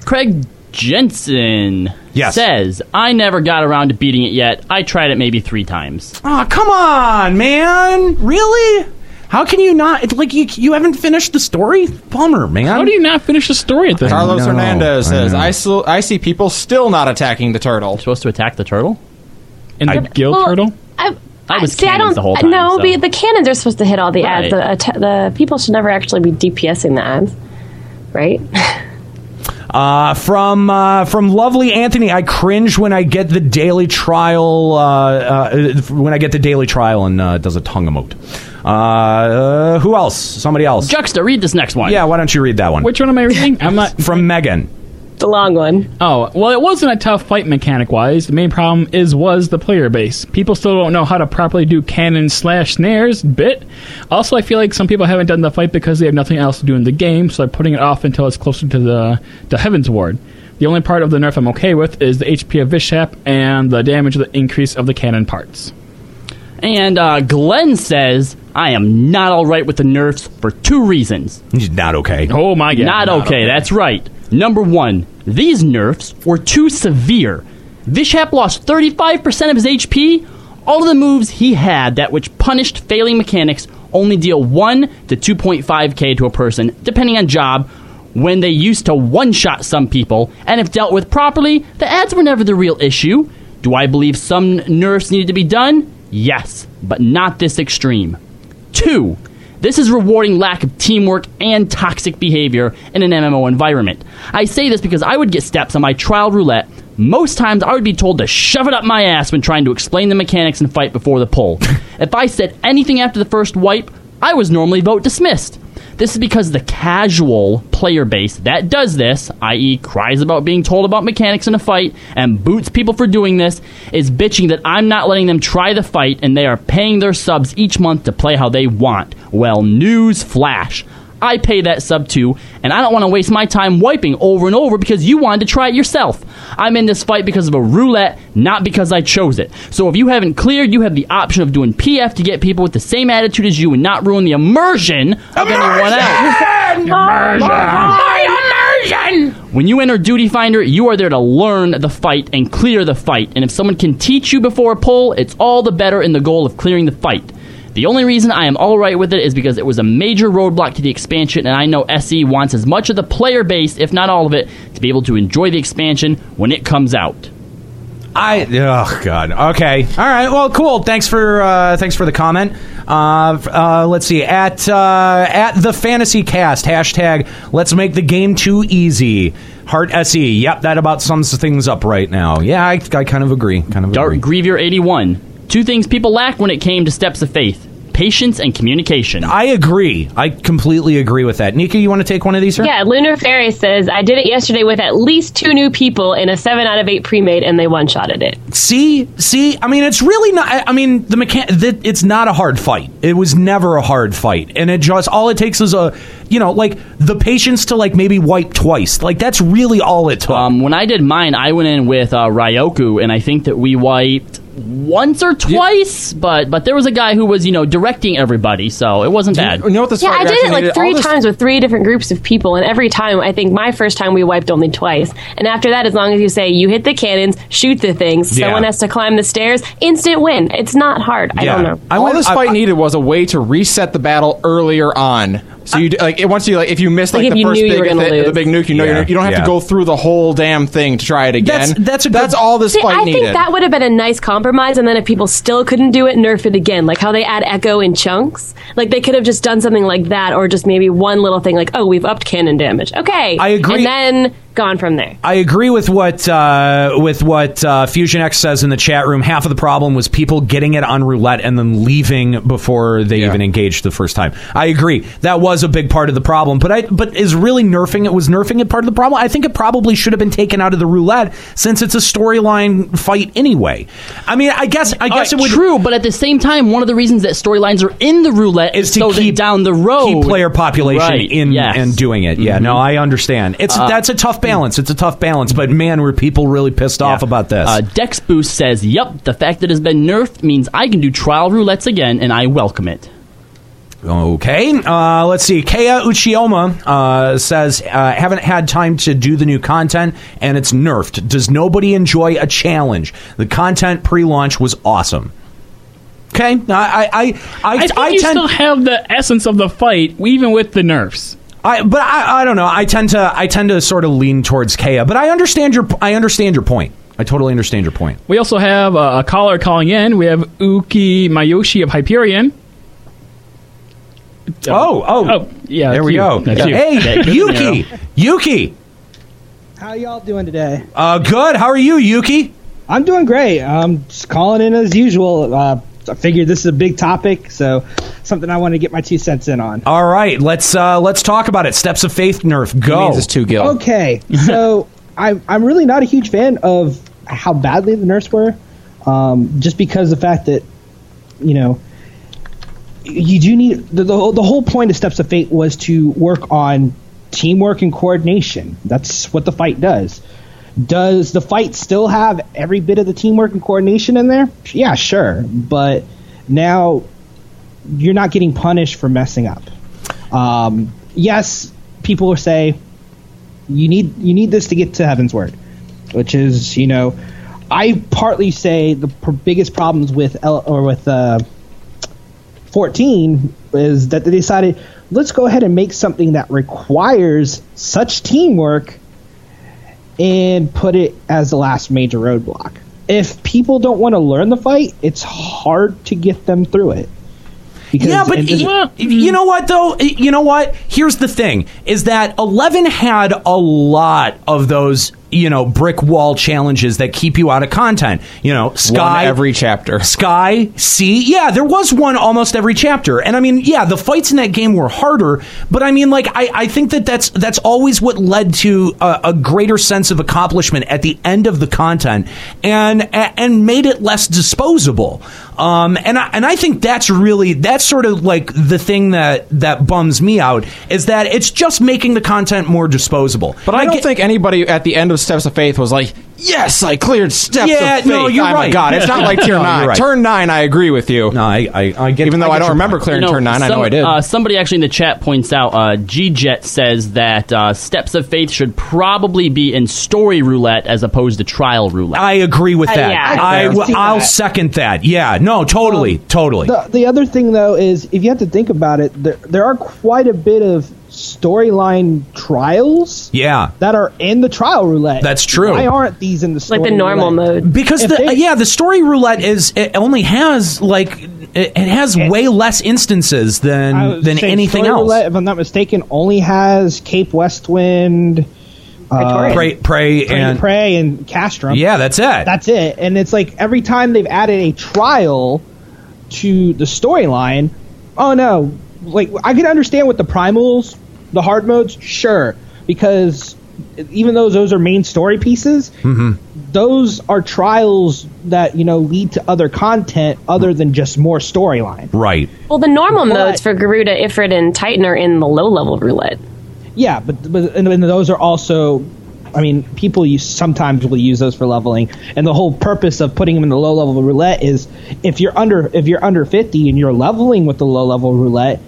Craig Jensen Yes. says, I never got around to beating it yet. I tried it maybe three times. Oh, come on, man. Really? How can you not? It's like you you haven't finished the story. Bummer, man. How do you not finish the story at this? Carlos Hernandez I says, know. I, still, I see people still not attacking the turtle. Supposed to attack the turtle? And the gill Well, I, I was see, I cannons don't, the whole time, No, so- be- the cannons are supposed to hit all the ads. The, Right. atta- the people should never actually be DPSing the ads, right? Uh, from uh, from lovely Anthony, I cringe when I get the daily trial. Uh, uh, when I get the daily trial and uh, does a tongue emote. Uh, uh, who else? Somebody else. Juxta, read this next one. Yeah, why don't you read that one? Which one am I reading? I'm not. From Megan. the long one. Oh, well, it wasn't a tough fight mechanic wise. The main problem is was the player base. People still don't know how to properly do cannon slash snares bit. Also, I feel like some people haven't done the fight because they have nothing else to do in the game, so they're putting it off until it's closer to the to Heaven's Ward. The only part of the nerf I'm okay with is the HP of Vishap and the damage of the increase of the cannon parts. And uh, Glenn says, I am not all right with the nerfs for two reasons. He's not okay. Oh my god. Not, okay, that's right. Number one, these nerfs were too severe. Vishap lost 35% of his HP. All of the moves he had that which punished failing mechanics only deal 1 to 2.5k to a person, depending on job, when they used to one shot some people, and if dealt with properly, the ads were never the real issue. Do I believe some nerfs needed to be done? Yes, but not this extreme. Two, this is rewarding lack of teamwork and toxic behavior in an MMO environment. I say this because I would get steps on my trial roulette. Most times I would be told to shove it up my ass when trying to explain the mechanics and fight before the poll. if I said anything after the first wipe, I was normally vote dismissed. This is because the casual player base that does this, i.e., cries about being told about mechanics in a fight and boots people for doing this, is bitching that I'm not letting them try the fight and they are paying their subs each month to play how they want. Well, news flash. I pay that sub too, and I don't want to waste my time wiping over and over because you wanted to try it yourself. I'm in this fight because of a roulette, not because I chose it. So if you haven't cleared, you have the option of doing PF to get people with the same attitude as you and not ruin the immersion of anyone else. When you enter Duty Finder, you are there to learn the fight and clear the fight. And if someone can teach you before a poll, it's all the better in the goal of clearing the fight. The only reason I am alright with it is because it was a major roadblock to the expansion, and I know SE wants as much of the player base, if not all of it, to be able to enjoy the expansion when it comes out. I oh god. Okay. All right. Well, cool. Thanks for uh, thanks for the comment. Uh, f- uh, let's see at uh, at the fantasy cast hashtag. Let's make the game too easy. Heart se. Yep, that about sums things up right now. Yeah, I, I kind of agree. Kind of Dark Grievier 81. Two things people lack when it came to Steps of Faith patience and communication. I agree. I completely agree with that. Nika, you want to take one of these? Here? Yeah, Lunar Fairy says, I did it yesterday with at least two new people in a 7 out of 8 pre made, and they one shotted it. See, see, I mean, it's really not. I I mean, the mechan- that it's not a hard fight. It was never a hard fight, and it just all it takes is a, you know, like the patience to like maybe wipe twice. Like that's really all it took. Um, when I did mine, I went in with uh, Ryoku, and I think that we wiped once or twice, but but there was a guy who was you know directing everybody, so it wasn't bad. You know what this Yeah, I did it like three times with three different groups of people, and every time, I think my first time we wiped only twice. And after that, as long as you say you hit the cannons, shoot the things, Yeah. someone has to climb the stairs, instant win. It's not hard. I don't know. All this fight needed was a way to reset the battle earlier on. So you d- like it, once you like if you miss Like, like, if the you first knew you big were gonna thi- lose. the big nuke, you know Yeah, you're, you don't have yeah. to go through the whole damn thing to try it again. That's- that's a that's all this See, fight I needed. think that would have been a nice compromise, and then if people still couldn't do it, nerf it again. Like how they add echo in chunks. Like they could have just done something like that, or just maybe one little thing like, oh, we've upped cannon damage. Okay. I agree. And then gone from there. I agree with what uh, with what uh, Fusion X says in the chat room. Half of the problem was people getting it on roulette and then leaving before they even engaged the first time. I agree that was a big part of the problem. But I but is really nerfing it was nerfing it part of the problem. I think it probably should have been taken out of the roulette since it's a storyline fight anyway. I mean, I guess I guess it would true, but at the same time, one of the reasons that storylines are in the roulette is, so that down the road keep player population Right, in yes. Mm-hmm. and doing it. Yeah, no, I understand. It's Uh, that's a tough balance. It's a tough balance. But man, were people really pissed off about this? Uh, Dex Boost says, "Yep, the fact that it's been nerfed means I can do trial roulettes again, and I welcome it." Okay, uh, let's see. Kea Uchioma uh, says, uh, haven't had time to do the new content and it's nerfed. Does nobody enjoy a challenge? The content pre launch was awesome. Okay, I, I, I, I, I think I you tend- still have the essence of the fight, even with the nerfs. I, but I, I don't know. I tend to I tend to sort of lean towards Kea, but I understand your I understand your point. I totally understand your point. We also have uh, a caller calling in. We have Uki Mayoshi of Hyperion. Oh, oh, yeah. there that's we you. go. That's you. Hey, Yeah, good to Yuki, know. Yuki, How y'all doing today? uh, good. How are you, Yuki? I'm doing great. I'm just calling in as usual. Uh, I figured this is a big topic, so something I want to get my two cents in on. All right, let's uh, let's talk about it. Steps of Faith nerf. Go. means it's two gil. Okay, so I'm I'm really not a huge fan of how badly the nerfs were, um, just because the fact that you know you do need the, the whole- the whole point of Steps of Fate was to work on teamwork and coordination. That's what the fight does. Does the fight still have every bit of the teamwork and coordination in there? Yeah, sure, but now you're not getting punished for messing up. Um, yes, people will say you need you need this to get to Heaven's Word, which is you know, I partly say the pr- biggest problems with L- or with uh, 14 is that they decided let's go ahead and make something that requires such teamwork and put it as the last major roadblock. If people don't want to learn the fight, it's hard to get them through it. yeah, but and this- y- you know what though? Y- You know what? Here's the thing: is that Eleven had a lot of those, you know, brick wall challenges that keep you out of content. You know, Sky every chapter, Sky, see, yeah, there was one almost every chapter, and I mean, yeah, the fights in that game were harder, but I mean, like, I, I think that that's that's always what led to a, a greater sense of accomplishment at the end of the content, and and made it less disposable. Um, and I, and I think that's really that's sort of like the thing that that bums me out is that it's just making the content more disposable. But I, don't think anybody at the end of Steps of Faith was like, "Yes, I cleared Steps Yeah, of Faith." no, you're oh my right. God, it's not like Tier No, you're Nine. right. Turn Nine, I agree with you. No, I, I, I get. Even though I, get don't your remember point. clearing You know, Turn Nine, I Some- know I did. Uh, somebody actually in the chat points out uh, G Jet says that uh, Steps of Faith should probably be in story roulette as opposed to trial roulette. I agree with Uh, that. yeah. I, I will see I'll that. second that. Yeah, no, totally, totally. Um, The, the other thing, though, is if you have to think about it, there, there are quite a bit of storyline trials yeah. that are in the trial roulette. That's true. Why aren't these in the story roulette? because If the they- yeah the story roulette is it only has like it, it has way less instances I was than than saying anything story else. roulette, if I'm not mistaken, only has Cape Westwind, uh, Pray, pray, Pray and to Prey and Castrum. Yeah, that's it. That's it. And it's like every time they've added a trial to the storyline, oh no. Like I can understand with the primals, the hard modes, sure, because even though those are main story pieces, those are trials that, you know, lead to other content other than just more storyline. Right. Well, the normal modes for Garuda, Ifrit, and Titan are in the low level roulette. Yeah, but but and, and those are also, I mean, people use sometimes will use those for leveling, and the whole purpose of putting them in the low level roulette is if you're under if you're under fifty and you're leveling with the low level roulette,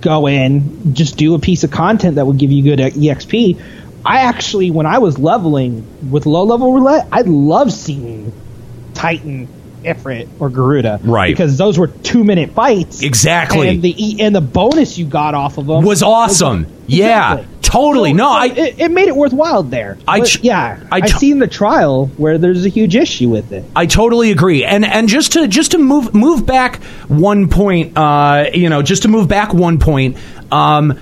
go in, just do a piece of content that will give you good exp. I actually, when I was leveling with low level roulette, I love seeing Titan, Ifrit, or Garuda, Right. Because those were two minute fights, Exactly. and the e- and the bonus you got off of them was awesome. Yeah, totally. No, I it, it made it worthwhile there. I But, ch- yeah, I I t- seen the trial where there's a huge issue with it. I totally agree. And and just to just to move move back one point, uh, you know, just to move back one point. Um,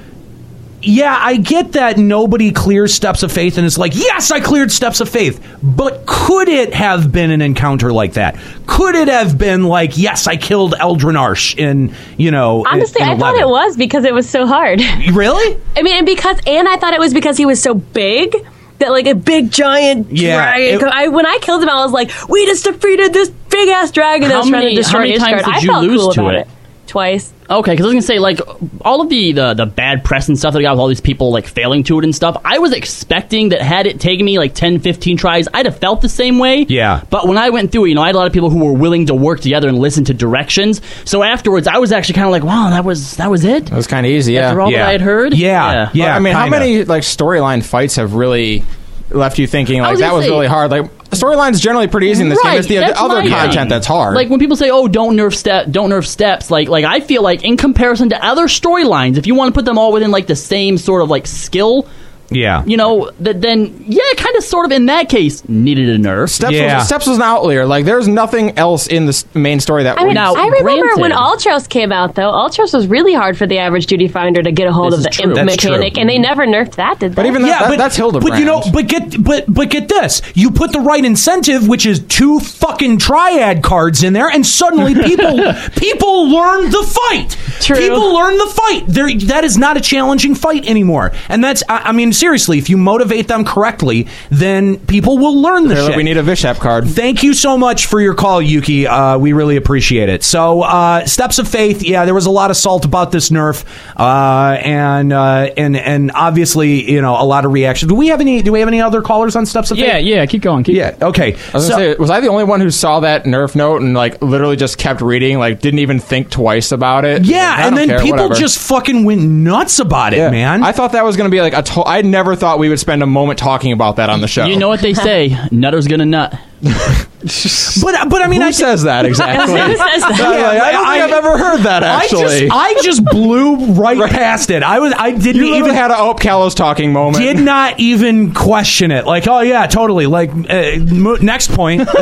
yeah, I get that nobody clears steps of faith and it's like, yes, I cleared steps of faith. But could it have been an encounter like that? Could it have been like, yes, I killed Eldrin Arsh in, you know, in- Honestly, in I thought 11? it was because it was so hard. Really? I mean, and because, and I thought it was because he was so big that like a big giant Yeah, dragon. it- I, when I killed him, I was like, we just defeated this big ass dragon that How was trying many- to destroy how many his times guard. did I you felt lose cool to about it? it. Twice. Okay, because I was gonna say like all of the, the the bad press and stuff that I got with all these people like failing to it and stuff. I was expecting that had it taken me like 10, 15 tries, I'd have felt the same way. Yeah. But when I went through, it, you know, I had a lot of people who were willing to work together and listen to directions. So afterwards, I was actually kind of like, wow, that was that was it. That was kind of easy, yeah. After all that I had heard? Yeah, yeah, I mean, how kinda. many like storyline fights have really left you thinking I like was that gonna was say- really hard? Like storyline's generally pretty easy in this game. It's the that's other my content thing. that's hard. Like when people say, "Oh, don't nerf step, don't nerf steps," like like I feel like in comparison to other storylines, if you want to put them all within like the same sort of like skill, Yeah. you know, th- then yeah, kind of sort of in that case needed a nerf. Steps, was, Steps was an outlier. Like there's nothing else in the s- main story that I mean, would- I remember when Ultros came out, though. Ultros was really hard for the average duty finder to get a hold This of is the true. imp That's mechanic, true. and Mm-hmm. they never nerfed that, did they? But even that, that- that's Hildebrand. But you know, but get but but get this. You put the right incentive, which is two fucking triad cards in there, and suddenly people people learn the fight. True. People learn the fight. There that is not a challenging fight anymore. And that's I, I mean, seriously, if you motivate them correctly, then people will learn the Clearly, shit. we need a Vishap card. Thank you so much for your call, Yuki. Uh, we really appreciate it. So, uh, steps of faith. Yeah, there was a lot of salt about this nerf, uh, and uh, and and obviously, you know, a lot of reaction. Do we have any? Do we have any other callers on steps of faith? yeah. Keep going. Keep yeah. Okay. I was, So- gonna say, was I the only one who saw that Nerf note and like literally just kept reading, like didn't even think twice about it? Yeah, Like, I and don't then care, people whatever. just fucking went nuts about it, man. I thought that was going to be like a. To- I never thought we would spend a moment talking about that on the show. You know what they say? Nutter's gonna nut. But but I mean, Who I says that exactly? Who says that? Like, I don't think I, have ever heard that actually. I just, I just blew right, past it. I was I didn't you even even had a oh, Ope Kalos talking moment. did not even question it. Like, oh yeah, totally. Like, uh, mo- next point.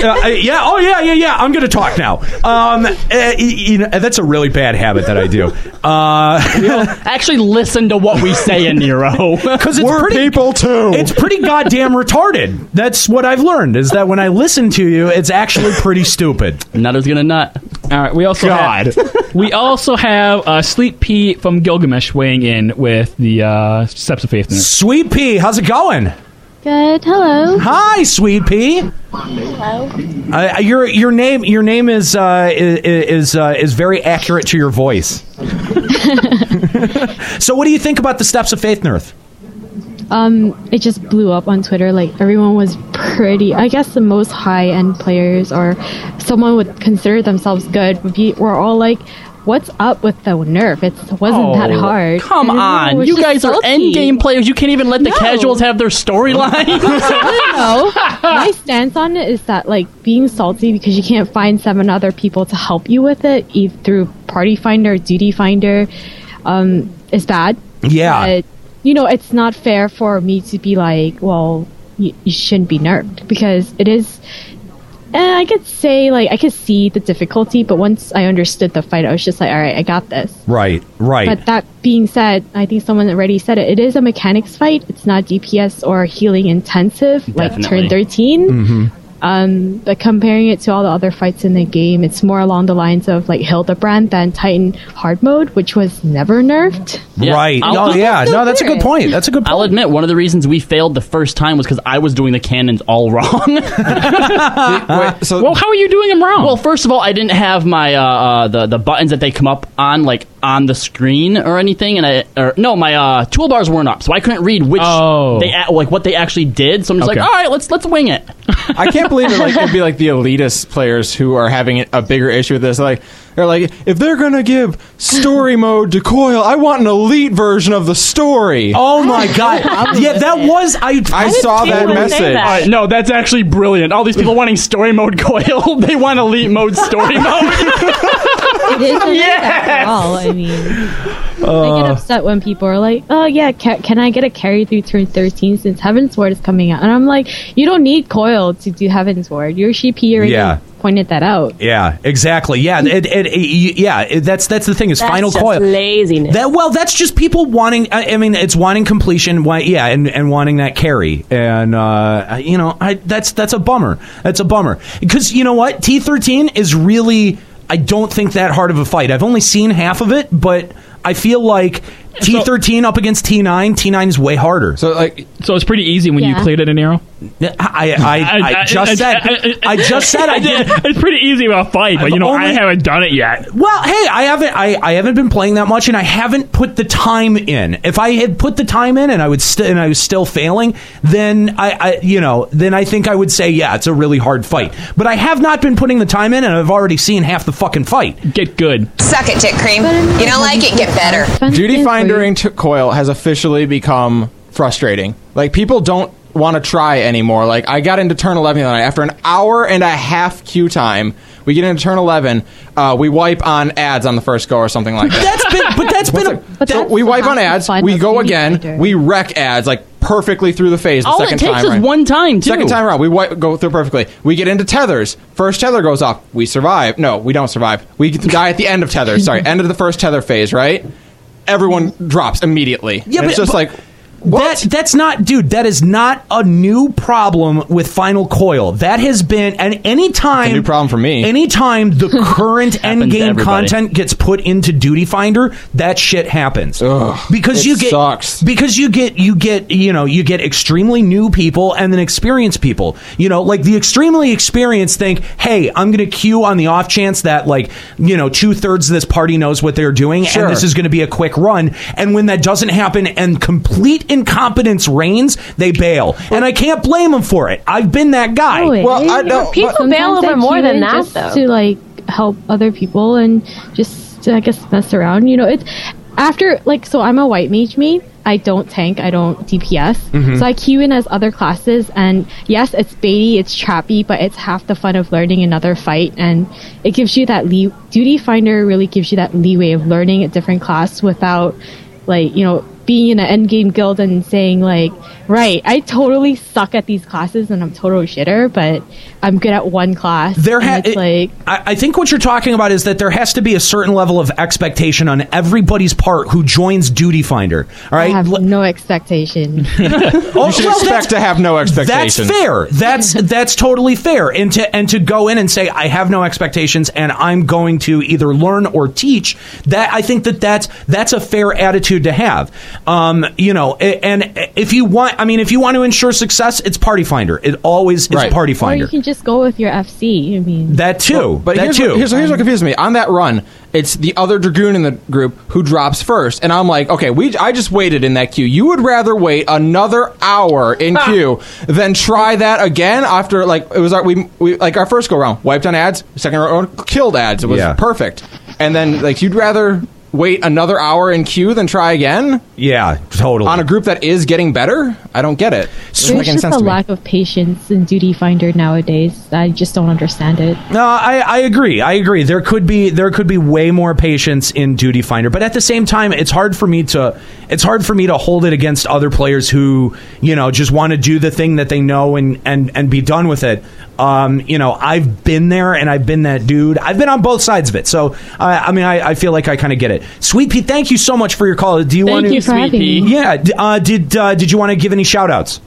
Uh, I- yeah. Oh yeah. Yeah. Yeah. I'm gonna talk now. Um, uh, y- you know, that's a really bad habit that I do. Uh, Actually, listen to what we say in Nero. because it's pretty, people too. It's pretty goddamn retarded. That's what I've learned is that when I listen to you, it's actually pretty stupid. Nutter's gonna nut. All right, we also God. Have, we also have uh, Sleep P from Gilgamesh weighing in with the uh, steps of faith. Sweet Pea, how's it going? Good. Hello. Hi, Sweet Pea. Hello. Uh, your your name your name is uh, i- i- is uh, is very accurate to your voice. so, what do you think about the steps of faith, Nerth? Um, it just blew up on Twitter. Like everyone was pretty. I guess the most high-end players or someone would consider themselves good would be. We're all like, "What's up with the nerf? It wasn't that Oh, hard." Come And everyone on, was you just guys are salty. end game players. You can't even let the No. casuals have their storylines. no, my stance on it is that like being salty because you can't find seven other people to help you with it, either through Party Finder, Duty Finder, um, is bad. Yeah. But, you know, it's not fair for me to be like, well, you, you shouldn't be nerfed because it is. And I could say like I could see the difficulty, but once I understood the fight, I was just like, all right, I got this. Right, right. But that being said, I think someone already said it. It is a mechanics fight. It's not DPS or healing intensive, like Definitely. turn 13. Mm-hmm. mm. Um, but comparing it to all the other fights in the game, it's more along the lines of like Hildebrand than Titan hard mode, which was never nerfed. Right. I'll- oh yeah. No, that's a good point. That's a good. I'll admit one of the reasons we failed the first time was because I was doing the cannons all wrong. so well, how are you doing them wrong? Well, first of all, I didn't have my uh, uh, the the buttons that they come up on like on the screen or anything, and I or no, my uh, toolbars weren't up, so I couldn't read which Oh. they a- like what they actually did. So I'm just Okay. like, all right, let's let's wing it. I can't believe it. Like it'd be like the elitist players who are having a bigger issue with this. Like they're like, if they're gonna give story mode to Coil, I want an elite version of the story. Oh my god. yeah, that was I. I saw that message. All right, no, that's actually brilliant. All these people wanting story mode coil, they want elite mode story mode. it isn't nerfed after all. I mean, I get upset when people are like, "Oh yeah, ca- can I get a carry through turn 13 since Heaven's Ward is coming out?" And I'm like, "You don't need Coil to do Heaven's Ward. Your CP already Yeah. pointed that out." Yeah, exactly. Yeah, it, it, it- yeah. It, that's that's the thing is That's final just coil laziness. That well, that's just people wanting. I, I mean, it's wanting completion. Why, yeah, and, and wanting that carry, and uh, you know, I that's that's a bummer. That's a bummer because you know what, T thirteen is really. I don't think that hard of a fight. I've only seen half of it, but I feel like T thirteen up against T nine. T nine is way harder. So like, so it's pretty easy when Yeah. you played it in Arrow. I I, I, just said I just said I did. It's pretty easy about fight, but you know I only- haven't done it yet. Well, hey, I haven't I, I haven't been playing that much, and I haven't put the time in. If I had put the time in, and I would st- and I was still failing, then I, I you know then I think I would say yeah, it's a really hard fight. But I have not been putting the time in, and I've already seen half the fucking fight. Get good. Suck it, Tick Cream. You don't like it? Get better. Duty Finder and t- Coil has officially become frustrating. Like people don't want to try anymore. Like I got into turn eleven the other night after an hour and a half queue time. We get into turn eleven. Uh, we wipe on ads on the first go or something like that. That's been but that's been a, so we wipe on ads. We go again. We wreck ads like perfectly through the phase. The All it second takes time is round. one time, too. Second time around, we wipe, go through perfectly. We get into tethers. First tether goes off. We survive. No, we don't survive. We get to die at the end of tether. Sorry, end of the first tether phase. Right. Everyone drops immediately. Yeah, And it's but- just but- like That, that's not, dude. That is not a new problem with Final Coil. That has been, and any time new problem for me. Anytime the current end Happens to game everybody. content gets put into Duty Finder, that shit happens because it you get sucks. because you get you get you know you get extremely new people and then experienced people. You know, like the extremely experienced think, hey, I'm going to queue on the off chance that like you know two thirds of this party knows what they're doing Sure. and this is going to be a quick run. And when that doesn't happen and complete incompetence reigns, they bail. And I can't blame them for it. I've been that guy. Oh, well, I don't. People bail Sometimes over I more queue than in that, just though. To like help other people and just I guess mess around. You know, it's after like so I'm a white mage me. I don't tank, I don't DPS. Mm-hmm. Mhm. So I queue in as other classes, and yes, it's baity, it's trappy, but it's half the fun of learning another fight, and it gives you that lee. Duty Finder really gives you that leeway of learning a different class without, like, you know, being in an endgame guild and saying like, right, I totally suck at these classes and I'm total shitter, but I'm good at one class. There and ha- it's like I, I think what you're talking about is that there has to be a certain level of expectation on everybody's part who joins Duty Finder. All I right, have no expectation. you should expect to have no That's expectations. fair. That's that's totally fair. And to and to go in and say I have no expectations and I'm going to either learn or teach. That I think that that's that's a fair attitude to have. Um, you know, a- and if you want, I mean, if you want to ensure success, it's Party Finder. It always is Party Or you Finder. can just go with your FC. I mean, That too. Well, but that here's, too. What, here's, here's what confuses me. On that run, it's the other dragoon in the group who drops first, and I'm like, okay, we. I just waited in that queue. You would rather wait another hour in Ah. queue than try that again after like it was our we, we like our first go round wiped on ads, second round oh, killed ads. It was Yeah. perfect, and then like you'd rather wait another hour in queue than try again yeah, totally. on a group that is getting better. I don't get it. Doesn't there's make any just sense a to me. lack of patience in Duty Finder nowadays. I just don't understand it. No, I, I agree. I agree. There could be there could be way more patience in Duty Finder, but at the same time, it's hard for me to it's hard for me to hold it against other players who you know just want to do the thing that they know and and and be done with it. Um, you know, I've been there and I've been that dude. I've been on both sides of it, so I, I mean, I, I feel like I kind of get it. Sweet Pea, thank you so much for your call. Do you Thank want to? you for having me. Yeah. d- Uh, did uh, did you want to give any shout outs?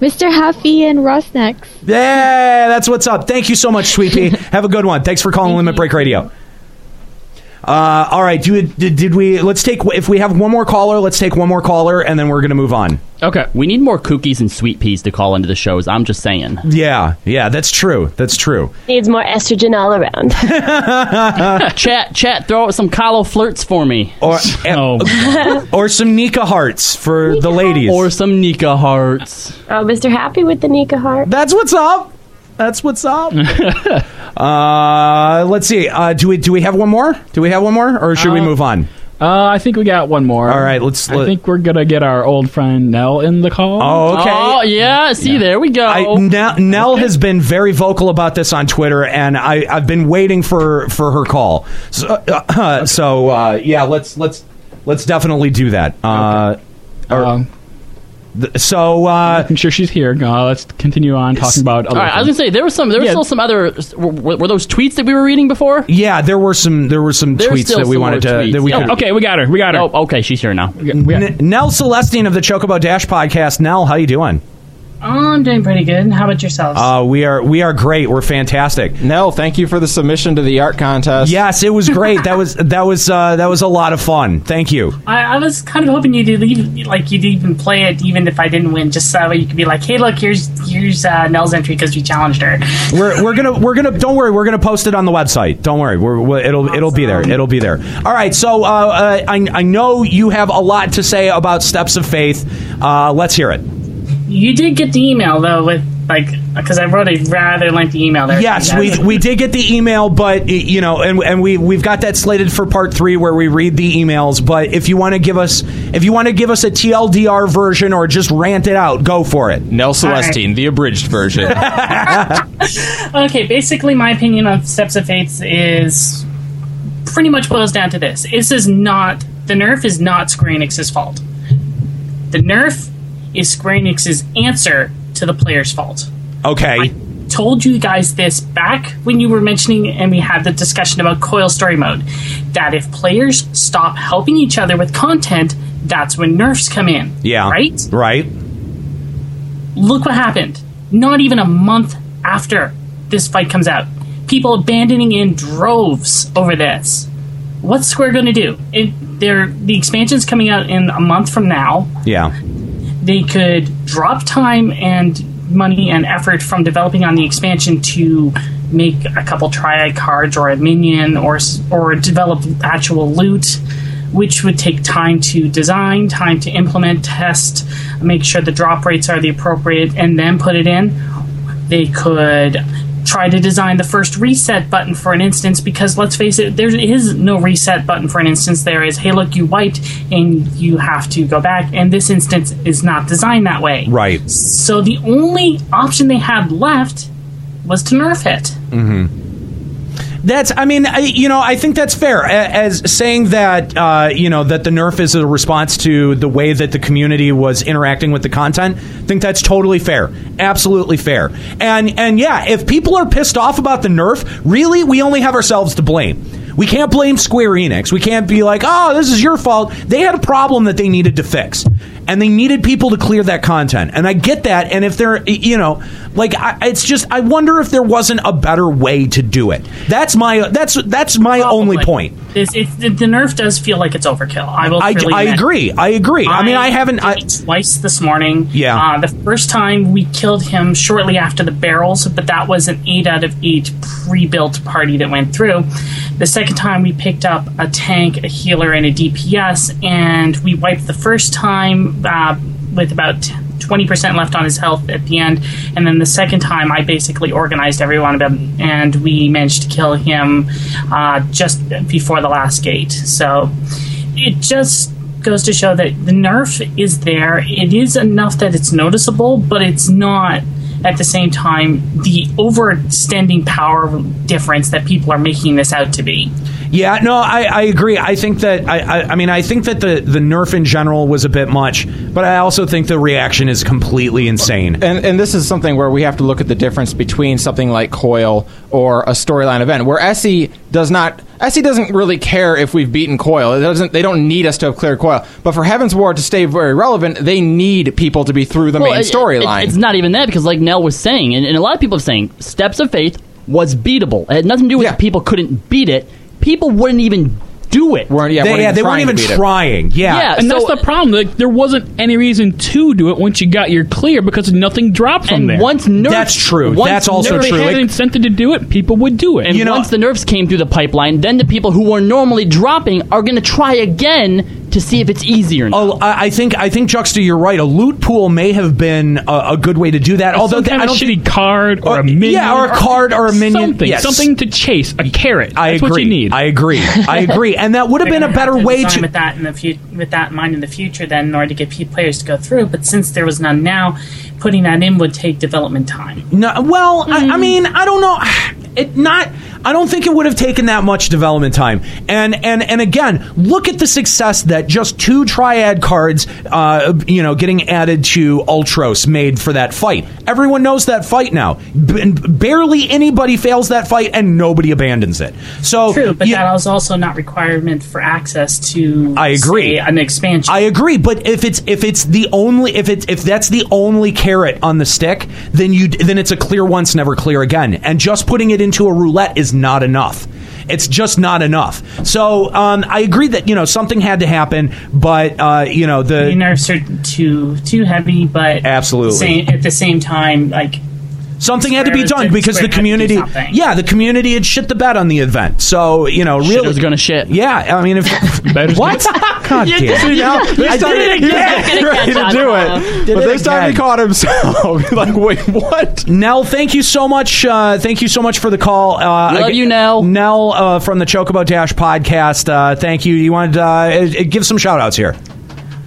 Mr. Huffy and Rosnex. Yeah, that's what's up. Thank you so much, Sweepy. Have a good one. Thanks for calling Limit Break Radio. Uh, all right, do, did, did we? Let's take if we have one more caller. Let's take one more caller, and then we're gonna move on. Okay. We need more cookies and sweet peas to call into the shows. I'm just saying. Yeah, yeah, that's true. That's true. Needs more estrogen all around. chat, chat, throw out some Kahlo flirts for me. Or eh, Oh, or some Nika hearts for the ladies, or some Nika hearts. Oh, Mr. Happy with the Nika heart. That's what's up. That's what's up. Uh, let's see. Uh, do we do we have one more? Do we have one more, or should we Uh, move on? Uh, I think we got one more. All right, let's. I think we're gonna get our old friend Nell in the call. Oh, okay. Oh, yeah. See, there we go. I, Nell, Nell has been very vocal about this on Twitter, and I, I've been waiting for, for her call. So, uh, so uh, yeah, let's let's let's definitely do that. Uh, or- Um, th- so uh, I'm sure she's here. Uh, let's continue on talking about. All Other right, I was gonna things. say there was some. There was Yeah. still some other. Were, were those tweets that we were reading before? yeah, there were some there were some There's tweets still that we some wanted to more tweets. that we Oh, could. okay, we got her. We got her. Oh, okay, she's here now. N- Nell Celestine of the Chocobo Dash podcast. Nell, how you doing? Oh, I'm doing pretty good. How about yourselves? Uh, we are we are great. We're fantastic. Nell, thank you for the submission to the art contest. Yes, it was great. that was that was uh, that was a lot of fun. Thank you. I, I was kind of hoping you'd even, like you'd even play it, even if I didn't win, just so that way you could be like, "Hey, look, here's here's uh, Nell's entry because you challenged her." We're, we're gonna we're gonna don't worry we're gonna post it on the website don't worry we're, we it'll it'll be there it'll be there all right so uh, uh, I I know you have a lot to say about steps of faith uh, let's hear it You did get the email though, with like because I wrote a rather lengthy email there. yes we we did get the email but y- you know and and we we've got that slated for part three where we read the emails but if you want to give us if you want to give us a TLDR version or just rant it out go for it Nell Celestine, the abridged version. okay, basically, my opinion on Steps of Fates is pretty much boils down to this: this is not the nerf is not Square Enix's fault. The nerf is Square Enix's answer to the player's fault. okay told you guys this back when you were mentioning and we had the discussion about coil story mode that if players stop helping each other with content that's when nerfs come in yeah right right look what happened not even a month after this fight comes out people abandoning in droves over this what's square going to do it, they're, the expansion's coming out in a month from now yeah they could drop time and money and effort from developing on the expansion to make a couple triad cards or a minion or s- or develop actual loot which would take time to design time to implement test make sure the drop rates are the appropriate and then put it in they could try to design the first reset button for an instance because let's face it, there is no reset button for an instance. There is, hey, look, you wiped and you have to go back, and this instance is not designed that way. Right. So the only option they had left was to nerf it. Mm-hmm. That's. I mean, I, you know, I think that's fair. A- As saying that, uh, you know, that the nerf is a response to the way that the community was interacting with the content. I think that's totally fair. Absolutely fair. And and yeah, if people are pissed off about the nerf, really, we only have ourselves to blame. We can't blame Square Enix. We can't be like, oh, this is your fault. They had a problem that they needed to fix. And they needed people to clear that content. And I get that. And if they're, you know, like, I, it's just, I wonder if there wasn't a better way to do it. That's my, that's, that's my only point. It's, it's, the nerf does feel like it's overkill. I will. I, freely I admit. agree. I agree. I, mean, I haven't, I, did it twice this morning. Yeah. Uh, the first time we killed him shortly after the barrels, but that was an eight out of eight pre-built party that went through. The second time we picked up a tank, a healer, and a DPS, and we wiped the first time uh, with about. 20% left on his health at the end. And then the second time, I basically organized every one of them, and we managed to kill him uh, just before the last gate. So it just goes to show that the nerf is there. It is enough that it's noticeable, but it's not at the same time the overextending power difference that people are making this out to be. Yeah, no, I, I agree. I think that I, I, I mean I think that the, the nerf in general was a bit much, but I also think the reaction is completely insane. And, and this is something where we have to look at the difference between something like Coil or a storyline event, where SE does not SE doesn't really care if we've beaten Coil. It doesn't. They don't need us to have cleared Coil. But for Heaven's War to stay very relevant, they need people to be through the Well, main it- it- storyline. It's not even that because, like Nell was saying, and, and a lot of people are saying, Steps of Faith was beatable. It had nothing to do with people couldn't beat it. People wouldn't even do it. Weren't, yeah, They- weren't even yeah, they weren't trying to even beat it. trying. yeah and so- that's the problem. Like, there wasn't any reason to do it once you got your clear because nothing dropped from And there. once nerf, once nerf- If They had an incentive to do it. People would do it. And once the nerfs came through the pipeline, then the people who were normally dropping are going to try again to see if it's easier. Oh, I I think I think Juxta, you're right. A loot pool may have been a, a good way to do that. Although some th- kind I of don't shitty think, Uh, card or, a minion, yeah, or a card or a minion, something, yes. something to chase, a carrot. I That's agree. what you need. I agree. I agree. And that would have They're been a gonna better have way design to. with that in the fu- with that in mind in the future, then in order to get pe- players to go through. But since there was none now, putting that in would take development time. No, well, Hmm. I, I mean, I don't know. It not. I don't think it would have taken that much development time. And and and again, look at the success that just two triad cards, uh, you know, getting added to Ultros made for that fight. Everyone knows that fight now. B- barely anybody fails that fight, and nobody abandons it. So True, but that is also not requirement for access to. I agree. say, an expansion. I agree, but if it's if it's the only if it's if that's the only carrot on the stick, then you then it's a clear once, never clear again. And just putting it into a roulette is not enough. It's just not enough. So um, I agree that you know something had to happen, but uh, you know the The nerfs are too too heavy, but absolutely Same, at the same time, like something had to be Square- done because Square the had to do community something. yeah the community had shit the bed on the event so you know really was gonna shit yeah I mean if what God You damn just- it. you I just- you did started- it you again. just got ready to do it, Did but it this time he again. caught himself. like wait what Nell thank you so much uh, thank you so much for the call uh, Love you, Nell Nell uh, from the Chocobo Dash podcast uh, thank you you wanted uh, uh, give some shout outs here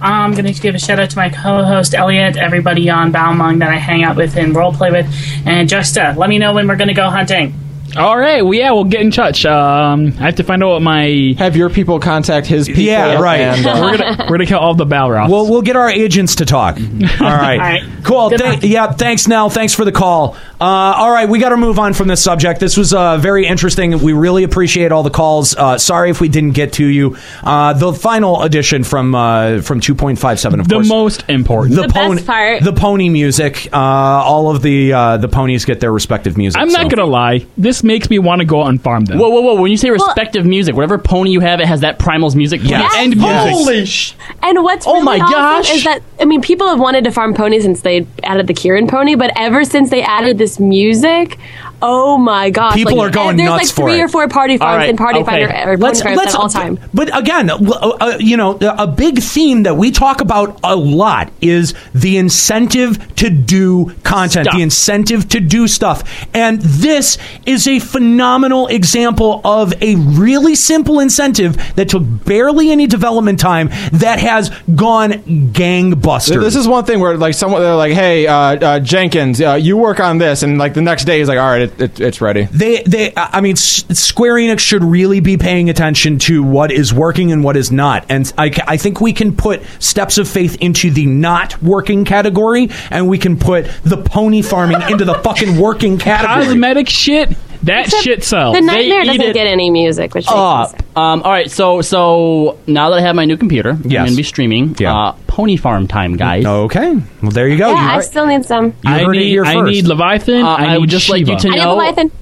Um, I'm going to give a shout out to my co-host Elliot, everybody on Balmung that I hang out with and roleplay with, and Justa. Let me know when we're going to go hunting. All right. Well, yeah, we'll get in touch. Um, I have to find out what my have your people contact his people. Yeah, right. And, uh, we're gonna we're gonna kill all the Balrogs. We'll we'll get our agents to talk. Mm-hmm. All right. All right. Cool. Thank- yeah. Thanks, Nell. Thanks for the call. Uh, all right, we got to move on from this subject. This was uh, very interesting. We really appreciate all the calls. Uh, sorry if we didn't get to you. Uh, the final edition from uh, from two point five seven. Of the course. most important. the pony, the pony music. Uh, all of the uh, the ponies get their respective music. I'm not so. gonna lie. This makes me want to go out and farm them. Whoa, whoa, whoa! When you say respective music, whatever pony you have, it has that Primal's music. Yes. And Yes. Holy sh! And what's Oh really my awesome gosh. is that I mean people have wanted to farm ponies since they added the Kieran pony, but ever since they added this music, oh my gosh, People like, are going and there's nuts like three for it. or four party All farms right, and party okay. finder or Let's- party farms let's- at all time. But again, uh, uh, you know, a big theme that we talk about a lot is the incentive to do content, the incentive to do stuff. And this is a phenomenal example of a really simple incentive that took barely any development time that has gone gangbusters. This is one thing where like someone they're like, "Hey, uh, uh, Jenkins, uh, you work on this," and like the next day he's like, "All right, it, it, it's ready." they they i I mean S- square enix should really be paying attention to what is working and what is not and I, ca- I think we can put steps of faith into the not working category and we can put the pony farming into the fucking working category cosmetic shit that Except shit sells The They nightmare eat doesn't it get any music, which makes me up Um, all right, so so now that I have my new computer, I'm going to be streaming uh, Pony Farm time, guys. Okay, well there you go. yeah, I still need some. I need, I need Leviathan. Uh, I, I would need just like you Shiva. to I need know. Leviathan.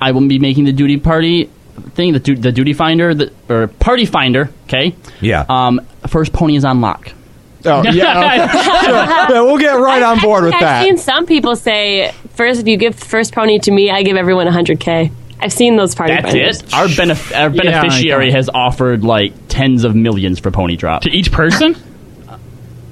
I will be making the duty party thing, the, du- the duty finder, the, or party finder. Okay. Yeah. Um, first pony is on lock. Oh yeah, okay. Sure. Yeah, we'll get right on board I've seen some people say, first, if you give first pony to me, I give everyone 100K. I've seen those party That's finders. it. Our, benef- our Yeah, beneficiary I know. has offered like tens of millions for pony drop to each person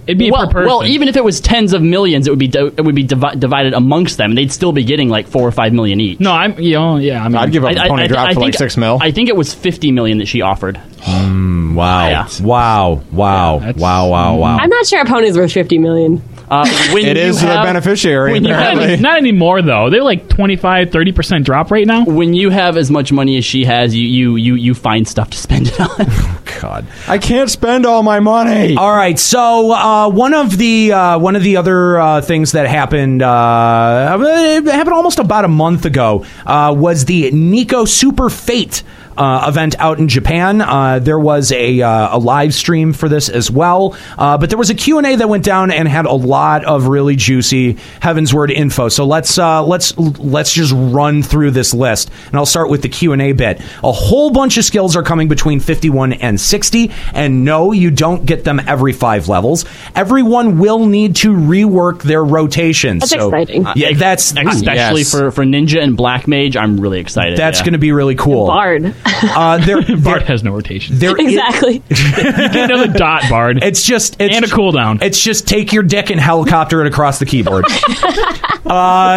it'd be well, per person well, even if it was tens of millions, it would be di- it would be divi- divided amongst them. They'd still be getting like four or five million each. no i'm you know yeah i mean I'd give up Pony Drop for, like, six mil. I think it was fifty million that she offered. Mm, wow. Yeah. wow wow wow wow wow I'm not sure a pony's worth 50 million. Uh, when It you is their have- beneficiary, When you have- not anymore though they're like 25 30% drop right now when you have as much money as she has, you you you, you find stuff to spend it on. God. I can't spend all my money. All right, so uh, one of the uh, one of the other uh, things that happened uh, it happened almost about a month ago uh, was the Nico Super Fate. Uh, event out in Japan. Uh, there was a, uh, a live stream for this as well, uh, but there was a Q and A that went down and had a lot of really juicy Heaven's Word info. So let's uh, let's let's just run through this list, and I'll start with the Q and A bit. A whole bunch of skills are coming between 51 and 60, and no, you don't get them every five levels. Everyone will need to rework their rotations. That's so, exciting. Yeah, that's uh, Especially yes. for, for ninja and black mage, I'm really excited. That's going to be really cool. Bard. Uh, there, Bard has no rotation. There is- exactly. get another dot bard. It's just it's, and a cooldown. It's just take your dick and helicopter it across the keyboard. uh,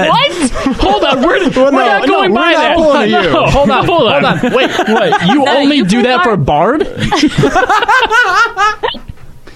what? Hold on, we're, we're not no, going we're by not that. pulling No, you. no, Hold on, hold on, hold on. Wait, what? You No, only you do play that for Bard?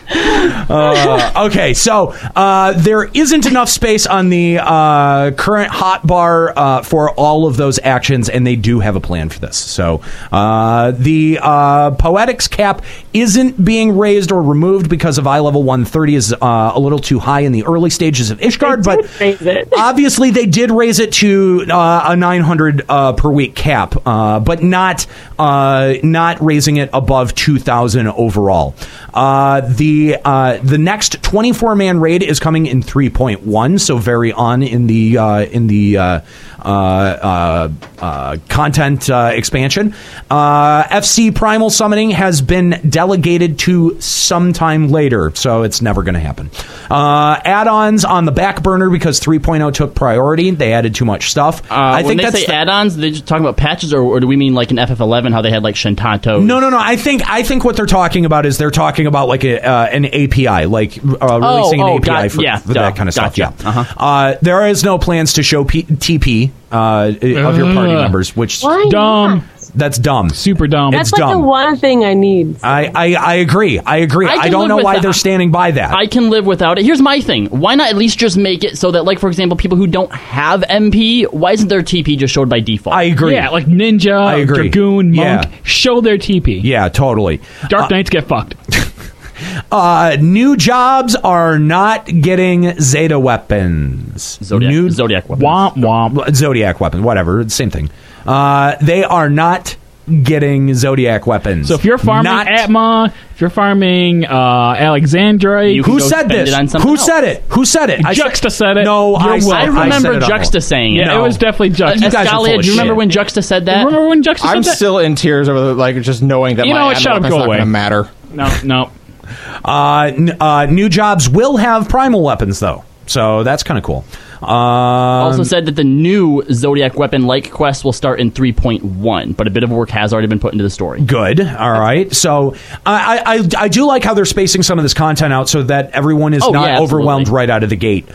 Uh, okay, so uh, there isn't enough space on the uh, current hotbar uh, for all of those actions, and they do have a plan for this. So uh, the uh, poetics cap isn't being raised or removed because of eye level 130 is uh, a little too high in the early stages of Ishgard, but obviously they did raise it to uh, a 900 uh, per week cap, uh, but not uh, not raising it above 2,000 overall. Uh, the uh, the next 24 man raid is coming in 3.1, so very on in the uh, in the uh, uh, uh, uh, content uh, expansion. Uh, FC Primal Summoning has been delegated to sometime later, so it's never going to happen. Uh, add-ons on the back burner because 3.0 took priority. They added too much stuff. Uh, I when think they that's say the- add-ons, they're just talking about patches, or, or do we mean like in FF11 how they had like Shintato? No, no, no. I think I think what they're talking about is they're talking about like a, uh, an API, like uh, releasing oh, an API got- for, yeah, for duh, that kind of stuff. gotcha. Uh-huh. Yeah. Uh, there is no plans to show P- TP uh, of your party Ugh. members, which Why not? Dumb. That's dumb. Super dumb. That's it's like dumb. the one thing I need. I, I I agree. I agree. I I, can don't live know with why that. they're standing by that. I can live without it. Here's my thing. Why not at least just make it so that, like, for example, people who don't have MP, why isn't their TP just showed by default? I agree. yeah like ninja I agree. dragoon Yeah. monk show their tp yeah, totally. dark knights get fucked Uh, new jobs are not getting Zeta weapons. Zodiac, new, Zodiac weapons. Womp womp. Zodiac weapon, whatever. it's Same thing. Uh, they are not getting Zodiac weapons. so if you're farming Not- atma if you're farming uh alexandra who said this? Who said it? Who said it? I said- Juxta said it. No, You're I, said- welcome. I said it on Juxta hold. saying it. Yeah, No. it was definitely Juxta. Uh, Scalia, do you remember when Juxta said that? Remember when Juxta I'm said that? still in tears over the, like just knowing that You my know what? animal Shut up, weapon's go not away. gonna matter. No, no. Uh, n- uh, new jobs will have primal weapons, though. So that's kind of cool. also said that the new Zodiac weapon like quest will start in 3.1, but a bit of work has already been put into the story. Good. All right. So I, I- I I do like how they're spacing some of this content out so that everyone is Oh, not yeah, overwhelmed right out of the gate.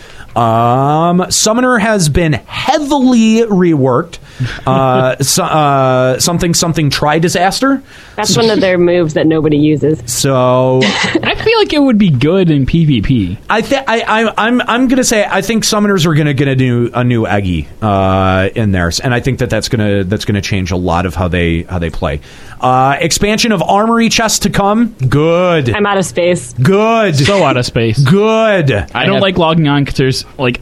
Um, Summoner has been heavily reworked. Uh, so, uh, something something try disaster. That's one of their moves that nobody uses. So I feel like it would be good in PvP. I think I I'm I'm gonna say I think summoners are gonna get a new a new Eggy uh, in there, and I think that that's gonna that's gonna change a lot of how they how they play. Uh, expansion of armory chest to come. Good. I'm out of space. Good. So out of space. Good. I don't like logging on because there's like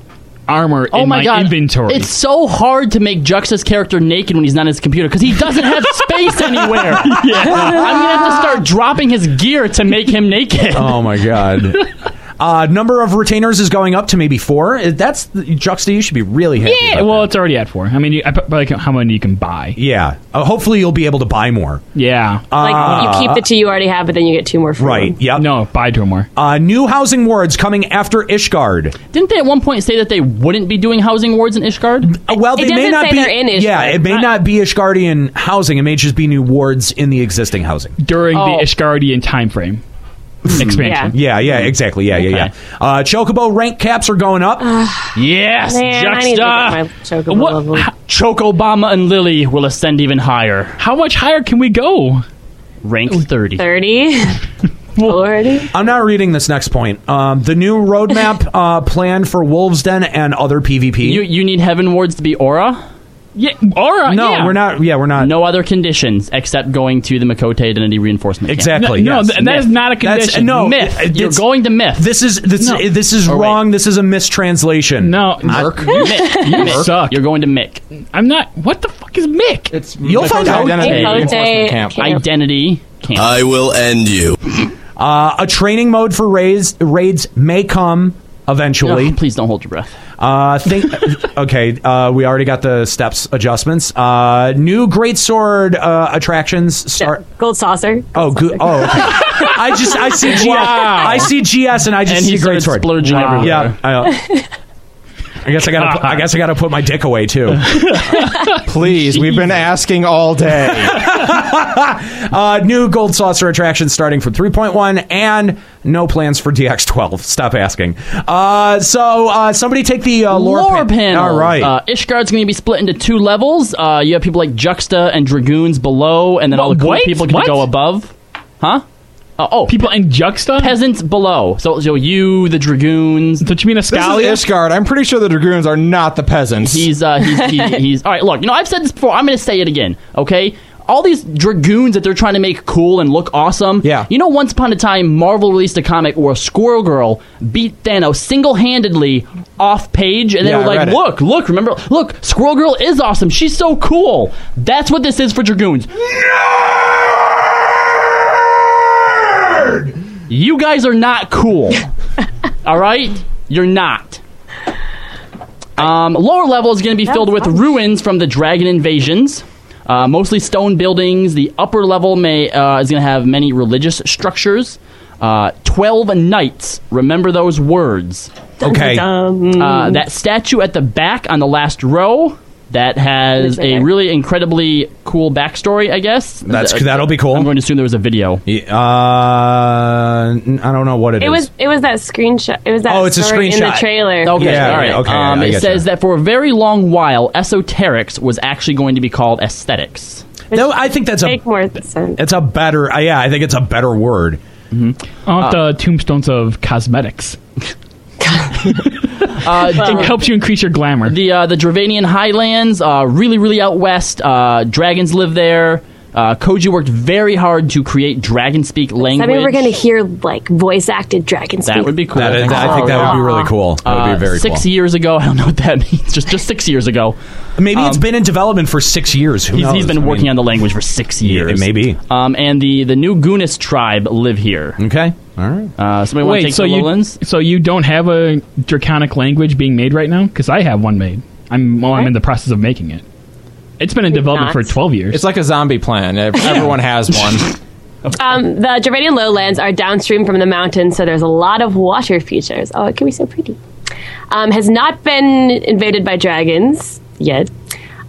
armor in my, inventory. Oh It's so hard to make Juxta's character naked when he's not on his computer because he doesn't have space anywhere. Yeah. I'm gonna have to start dropping his gear to make him naked. Oh my god. Uh, number of retainers is going up to maybe four. Uh, That's Juxta. You should be really happy. yeah, about well, it's already at four. I mean, you, I, but like how many you can buy? Yeah. Uh, hopefully, you'll be able to buy more. Yeah. Like Ah. you Uh. keep the two you already have, but then you get two more free. Right. Yep. No, buy two more. Uh, new housing wards coming after Ishgard. Didn't they at one point say that they wouldn't be doing housing wards in Ishgard? Uh, Uh, Well, it they doesn't may not say be. they're in Ishgard. Yeah, it may not, be Ishgardian housing. It may just be new wards in the existing housing. during Oh. the Ishgardian time frame expansion. Yeah, yeah, exactly. Yeah, yeah, yeah. Uh, Chocobo rank caps are going up. Uh, Yes, Man, I need to Juxta. get my chocobo level. Choke Obama and Lily will ascend even higher. How much higher can we go? Rank 30. 30? 40? I'm not reading this next point. Um, the new roadmap uh, plan for Wolves Den and other PvP. You you need Heaven Wards to be Aura? Yeah, Aura. No, yeah. we're not. Yeah, we're not. No other conditions except going to the Makote Identity Reinforcement. Exactly. Camp. yes. Myth. That's- no, myth. it- You're it's- going to myth. This is this No. this is Or wait. wrong. This is a mistranslation. No, Merc. You Mick. You Mick. suck. You're going to Mick. I'm not. What the fuck is Mick? It's You'll find out. Identity camp. I will end you. Uh, a training mode for raids raids may come eventually. Ugh, please don't hold your breath. Uh, think. okay, uh, we already got the steps adjustments. Uh, new great sword uh, attractions start. Gold saucer. Oh, good. Oh, okay. I just I see GS. Wow. I see GS, and I just And see he great started sword. splurging everywhere. Yeah. I, I guess I gotta. Put, I guess I gotta put my dick away too. Please, we've been asking all day. uh, new gold saucer attractions starting from 3.1 and no plans for DX12. Stop asking. Uh, so uh, somebody take the uh, lore, Lore pan- panel. All right. Uh, Ishgard's going to be split into two levels. Uh, you have people like Juxta and Dragoons below, and then all the cool Wait, people can what? go above. Huh? Uh, oh, people in Juxta? Peasants below. So, so you, the Dragoons. Don't you mean a This is Ishgard. I'm pretty sure the dragoons are not the peasants. He's uh, he's, he, he's all right. Look, you know I've said this before. I'm going to say it again. Okay, all these dragoons that they're trying to make cool and look awesome. Yeah, you know, once upon a time, Marvel released a comic where Squirrel Girl beat Thanos single handedly off page, and they Yeah, were I read like, it. "Look, look, remember, look, Squirrel Girl is awesome. She's so cool." That's what this is for dragoons. You guys are not cool. All right? You're not. Um, lower level is going to be filled with ruins from the dragon invasions, uh, mostly stone buildings. The upper level may uh, is going to have many religious structures. Uh, Twelve knights. Remember those words. Okay. Uh, that statue at the back on the last row that has Right a there. really incredibly cool backstory. I guess Uh, That's that'll be cool. I'm going to assume there was a video. Uh, I don't know what It, is. was it was that screenshot. It was that Oh, it's a story in the screenshot. trailer. Okay, Yeah, all right. right, okay, um, I it getcha. says that for a very long while, esoterics was actually going to be called aesthetics. No, I think that's a make more sense. It's a better. Uh, yeah, I think it's a better word. Mm-hmm. Aren't Uh, the tombstones of cosmetics? Uh, it helps you increase your glamour. The uh, the Dravanian Highlands, uh, really, really out west. Uh, dragons live there. Uh, Koji worked very hard to create dragon speak I language. mean, we're going to hear like voice acted dragons. that would be cool. That is- I think Oh, that would be really cool. That would be Uh, very six cool. years ago, I don't know what that means. Just just six years ago. Um, Maybe it's been in development for six years. Who He's- he's knows? been working on the language for six years. It may be. Um, and the the new Gunis tribe live here. Okay, all right. Uh, somebody want Wait, to take so the you, lowlands? so you don't have a draconic language being made right now? Because I have one made. I'm well, I'm in the process of making it. It's been in development for 12 years. It's like a zombie plan. Ev- Everyone has one. Um, the Gervadian lowlands are downstream from the mountains, so there's a lot of water features. Oh, it can be so pretty. um, has not been invaded by dragons yet.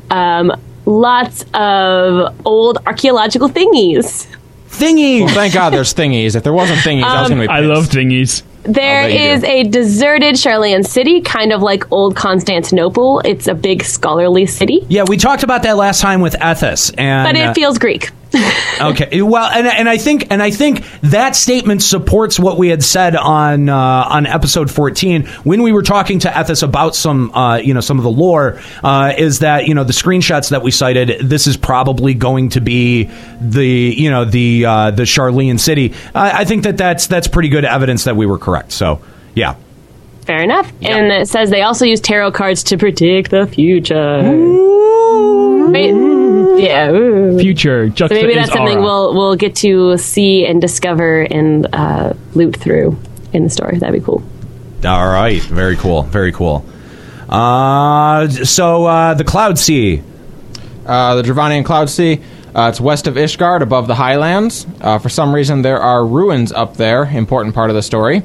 Um, lots of old archaeological thingies. Thingies! Well, thank God there's thingies. If there wasn't thingies, I was Um, going to be I love thingies. There I'll bet you is do. a deserted Charlean city, kind of like old Constantinople. It's a big scholarly city, Yeah, we talked about that last time with Ethos, and but uh, it feels Greek. okay. Well, and and I think and I think that statement supports what we had said on uh, on episode fourteen when we were talking to Ethos about some uh, you know some of the lore uh, is that you know the screenshots that we cited this is probably going to be the you know the uh, the Charlean city. I, I think that that's that's pretty good evidence that we were correct. So yeah. Fair enough. And it says they also use tarot cards to predict the future. Right? Yeah. ooh. Future. So Juxta maybe is that's something aura. we'll we'll get to see and discover and uh, loot through in the store. That'd be cool. All right. Very cool. Very cool. Uh, so uh, the Cloud Sea. Uh, the Dravanian Cloud Sea. Uh, it's west of Ishgard, above the Highlands. Uh, for some reason, there are ruins up there, important part of the story.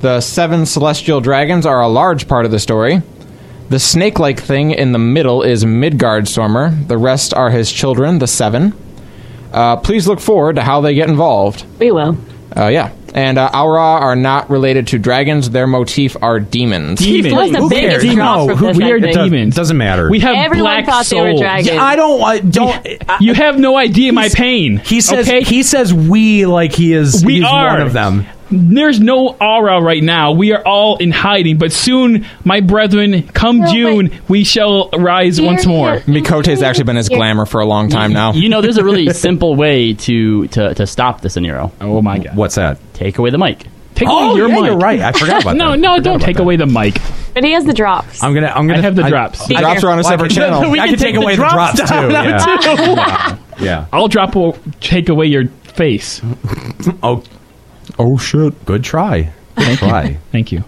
The seven celestial dragons are a large part of the story. The snake like thing in the middle is Midgard Stormer. The rest are his children, the seven. Uh, please look forward to how they get involved. We will. Uh, yeah. And uh, Aura are not related to dragons. Their motif are demons. Demons. Who cares? No, who- we are demons. Doesn't matter. We have black souls. Yeah, I don't. I don't. you have no idea my pain. Uh, He says. okay? He says we like he is. We he's are one of them. There's no aura right now. We are all in hiding, but soon, my brethren, come June, we shall rise once more. Mikote's actually been his glamour for a long time now. You know, there's a really simple way to to, to stop this, Nero. Oh my god! What's that? Take away the mic. Take Oh, away your yeah, mic. you're right. I forgot about no, that. no, Forgot don't about take away the mic. But he has the drops. I'm gonna. I'm gonna have the drops. The drops are on a Well, I separate can- channel. we I can can take away the drops, down too, now, yeah. too. Yeah. I'll drop. will take away your face. oh. Oh shit! Good try. Good try. Thank you.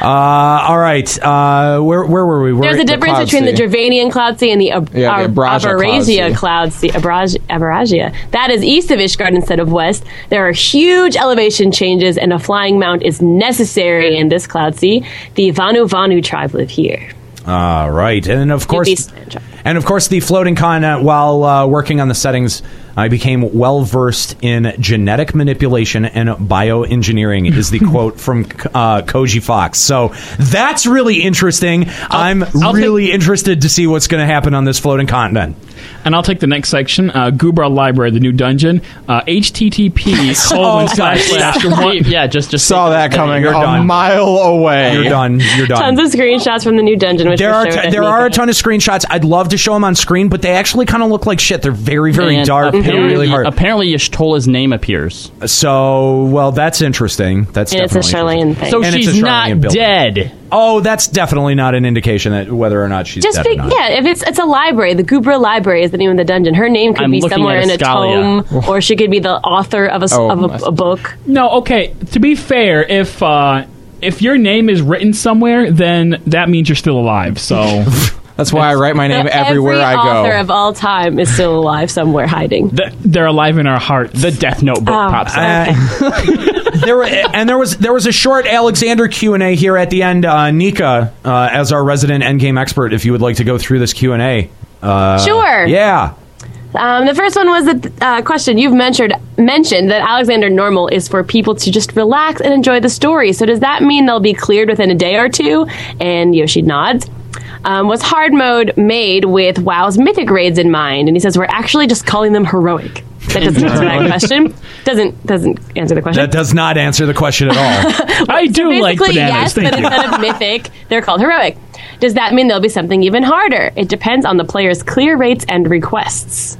Uh, all right. Uh, where where were we? We're There's a at difference Cloud between Sea. the Dravanian cloud sea and the Ab- Yeah, the Ab- Abrasia cloud sea. Abrasia cloud sea. Abraj- Abrasia. That is east of Ishgard instead of west. There are huge elevation changes, and a flying mount is necessary in this cloud sea. The Vanu Vanu tribe live here. All right, and of course, and of course, the floating continent. While uh, working on the settings, I became well versed in genetic manipulation and bioengineering. is the quote from uh, Koji Fox? So that's really interesting. i am really interested to see what's going to happen on this floating continent. And I'll take the next section, uh, Gubar Library, the new dungeon. Uh, Oh, HTTP Oh, colon slash Oh, slash one. Yeah, just just saw that coming a mile away. You're done. You're done. Tons of screenshots from the new dungeon, which there we'll are share with t- there Anthony. are a ton of screenshots. I'd love to show them on screen, but they actually kind of look like shit. They're very very And dark. They're apparently- really hard. Apparently, Yashtola's name appears. So, well, that's interesting. That's And it's a definitely Charlene interesting. thing. So And it's a she's Charlene not building. dead. Oh, that's definitely not an indication that whether or not she's Just dead fig- or not. yeah, if it's it's a library, the Gubra Library is the name of the dungeon. Her name could I'm be looking somewhere at in a Ascalia. tome, or she could be the author of a s- Oh, of I a, a book. No, okay. To be fair, if uh, if your name is written somewhere, then that means you're still alive. So that's why I write my So every Author of all time is still alive somewhere hiding. They're alive in our hearts. The Death Note book Oh, pops up. Uh, there were, and there was there was a short Alexander Q and A here at the end. Uh, Nika, uh, as our resident endgame expert, if you would like to go through this Q and A. Uh, Sure. Yeah. Um, the first one was the uh, question you've mentioned mentioned that Alexander Normal is for people to just relax and enjoy the story. So does that mean they'll be cleared within a day or two? And Yoshi nods. Um, was hard mode made with WoW's mythic raids in mind? And he says we're actually just calling them heroic. That doesn't answer that question. Doesn't doesn't answer the question. That does not answer the question at all. I do Basically, like bananas. yes, Thank but you. instead of mythic, they're called heroic. Does that mean there'll be something even harder? It depends on the player's clear rates and requests.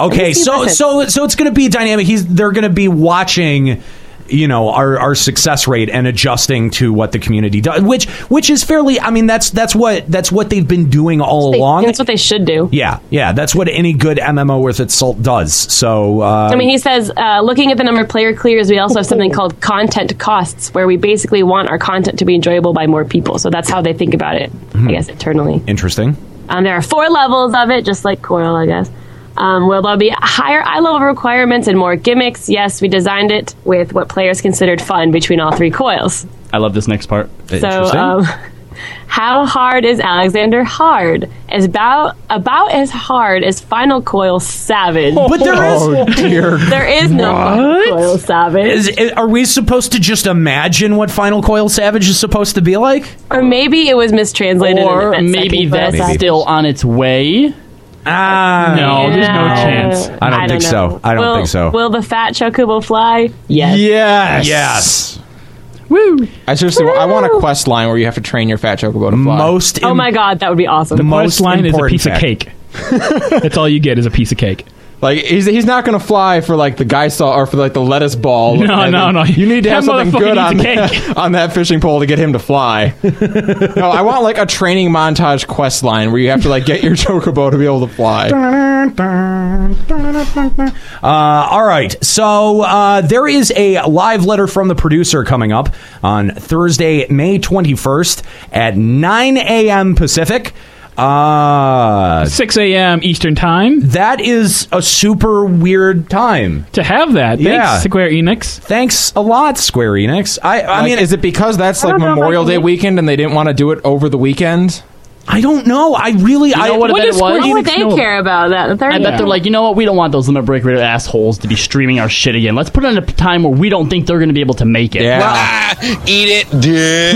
Okay, so so so it's going to be dynamic. He's they're going to be watching, you know, our our success rate and adjusting to what the community does, which which is fairly. I mean, that's that's what that's what they've been doing all along. That's what they should do. Yeah, yeah, that's what any good MMO worth its salt does. So uh, I mean, he says, uh, looking at the number of player clears, we also have something called content costs, where we basically want our content to be enjoyable by more people. So that's how they think about it, Hmm. I guess, internally. interesting. Um, there are four levels of it, just like Coral, I guess. Um, will there be higher eye level requirements and more gimmicks? Yes, we designed it with what players considered fun between all three coils. I love this next part. So, um, how hard is Alexander hard? As about about as hard as Final Coil Savage. But there is, there is no Final Coil Savage. Is, i- are we supposed to just imagine what Final Coil Savage is supposed to be like? or maybe it was mistranslated. Or and it meant maybe second coil that's savage. still on its way. Ah, no, there's no chance. I don't think so. know. I don't Will- think so. Will the fat chocobo fly? Yes. Yes. Yes. Woo. I seriously, I want a quest line where you have to train your fat chocobo to fly. Most. Oh my god, that would be awesome. The Most line is a important piece fact. of cake. That's all you get is a piece of cake. Like he's, he's not going to fly for like the guy saw or for like the lettuce ball. No, And no, then no. You need to That have something motherfucker good on needs a that, on that fishing pole to get him to fly. no, I want like a training montage quest line where you have to like get your chocobo to be able to fly. Uh, all right. So uh, there is a live letter from the producer coming up on Thursday, May 21st at 9 a.m. Pacific. Uh, 6 a.m. Eastern Time. That is a super weird time to have that. Thanks, Yeah. Square Enix. Thanks a lot, Square Enix. I, I Like, mean, Uh, is it because that's I like don't know if I Memorial can Day make- weekend and they didn't want to do it over the weekend? I don't know. I really, You I know what I bet it was? Why would they care about that? The I third bet they're like, you know what? We don't want those limit break radio assholes to be streaming our shit again. Let's put it in a time where we don't think they're going to be able to make it. eat it,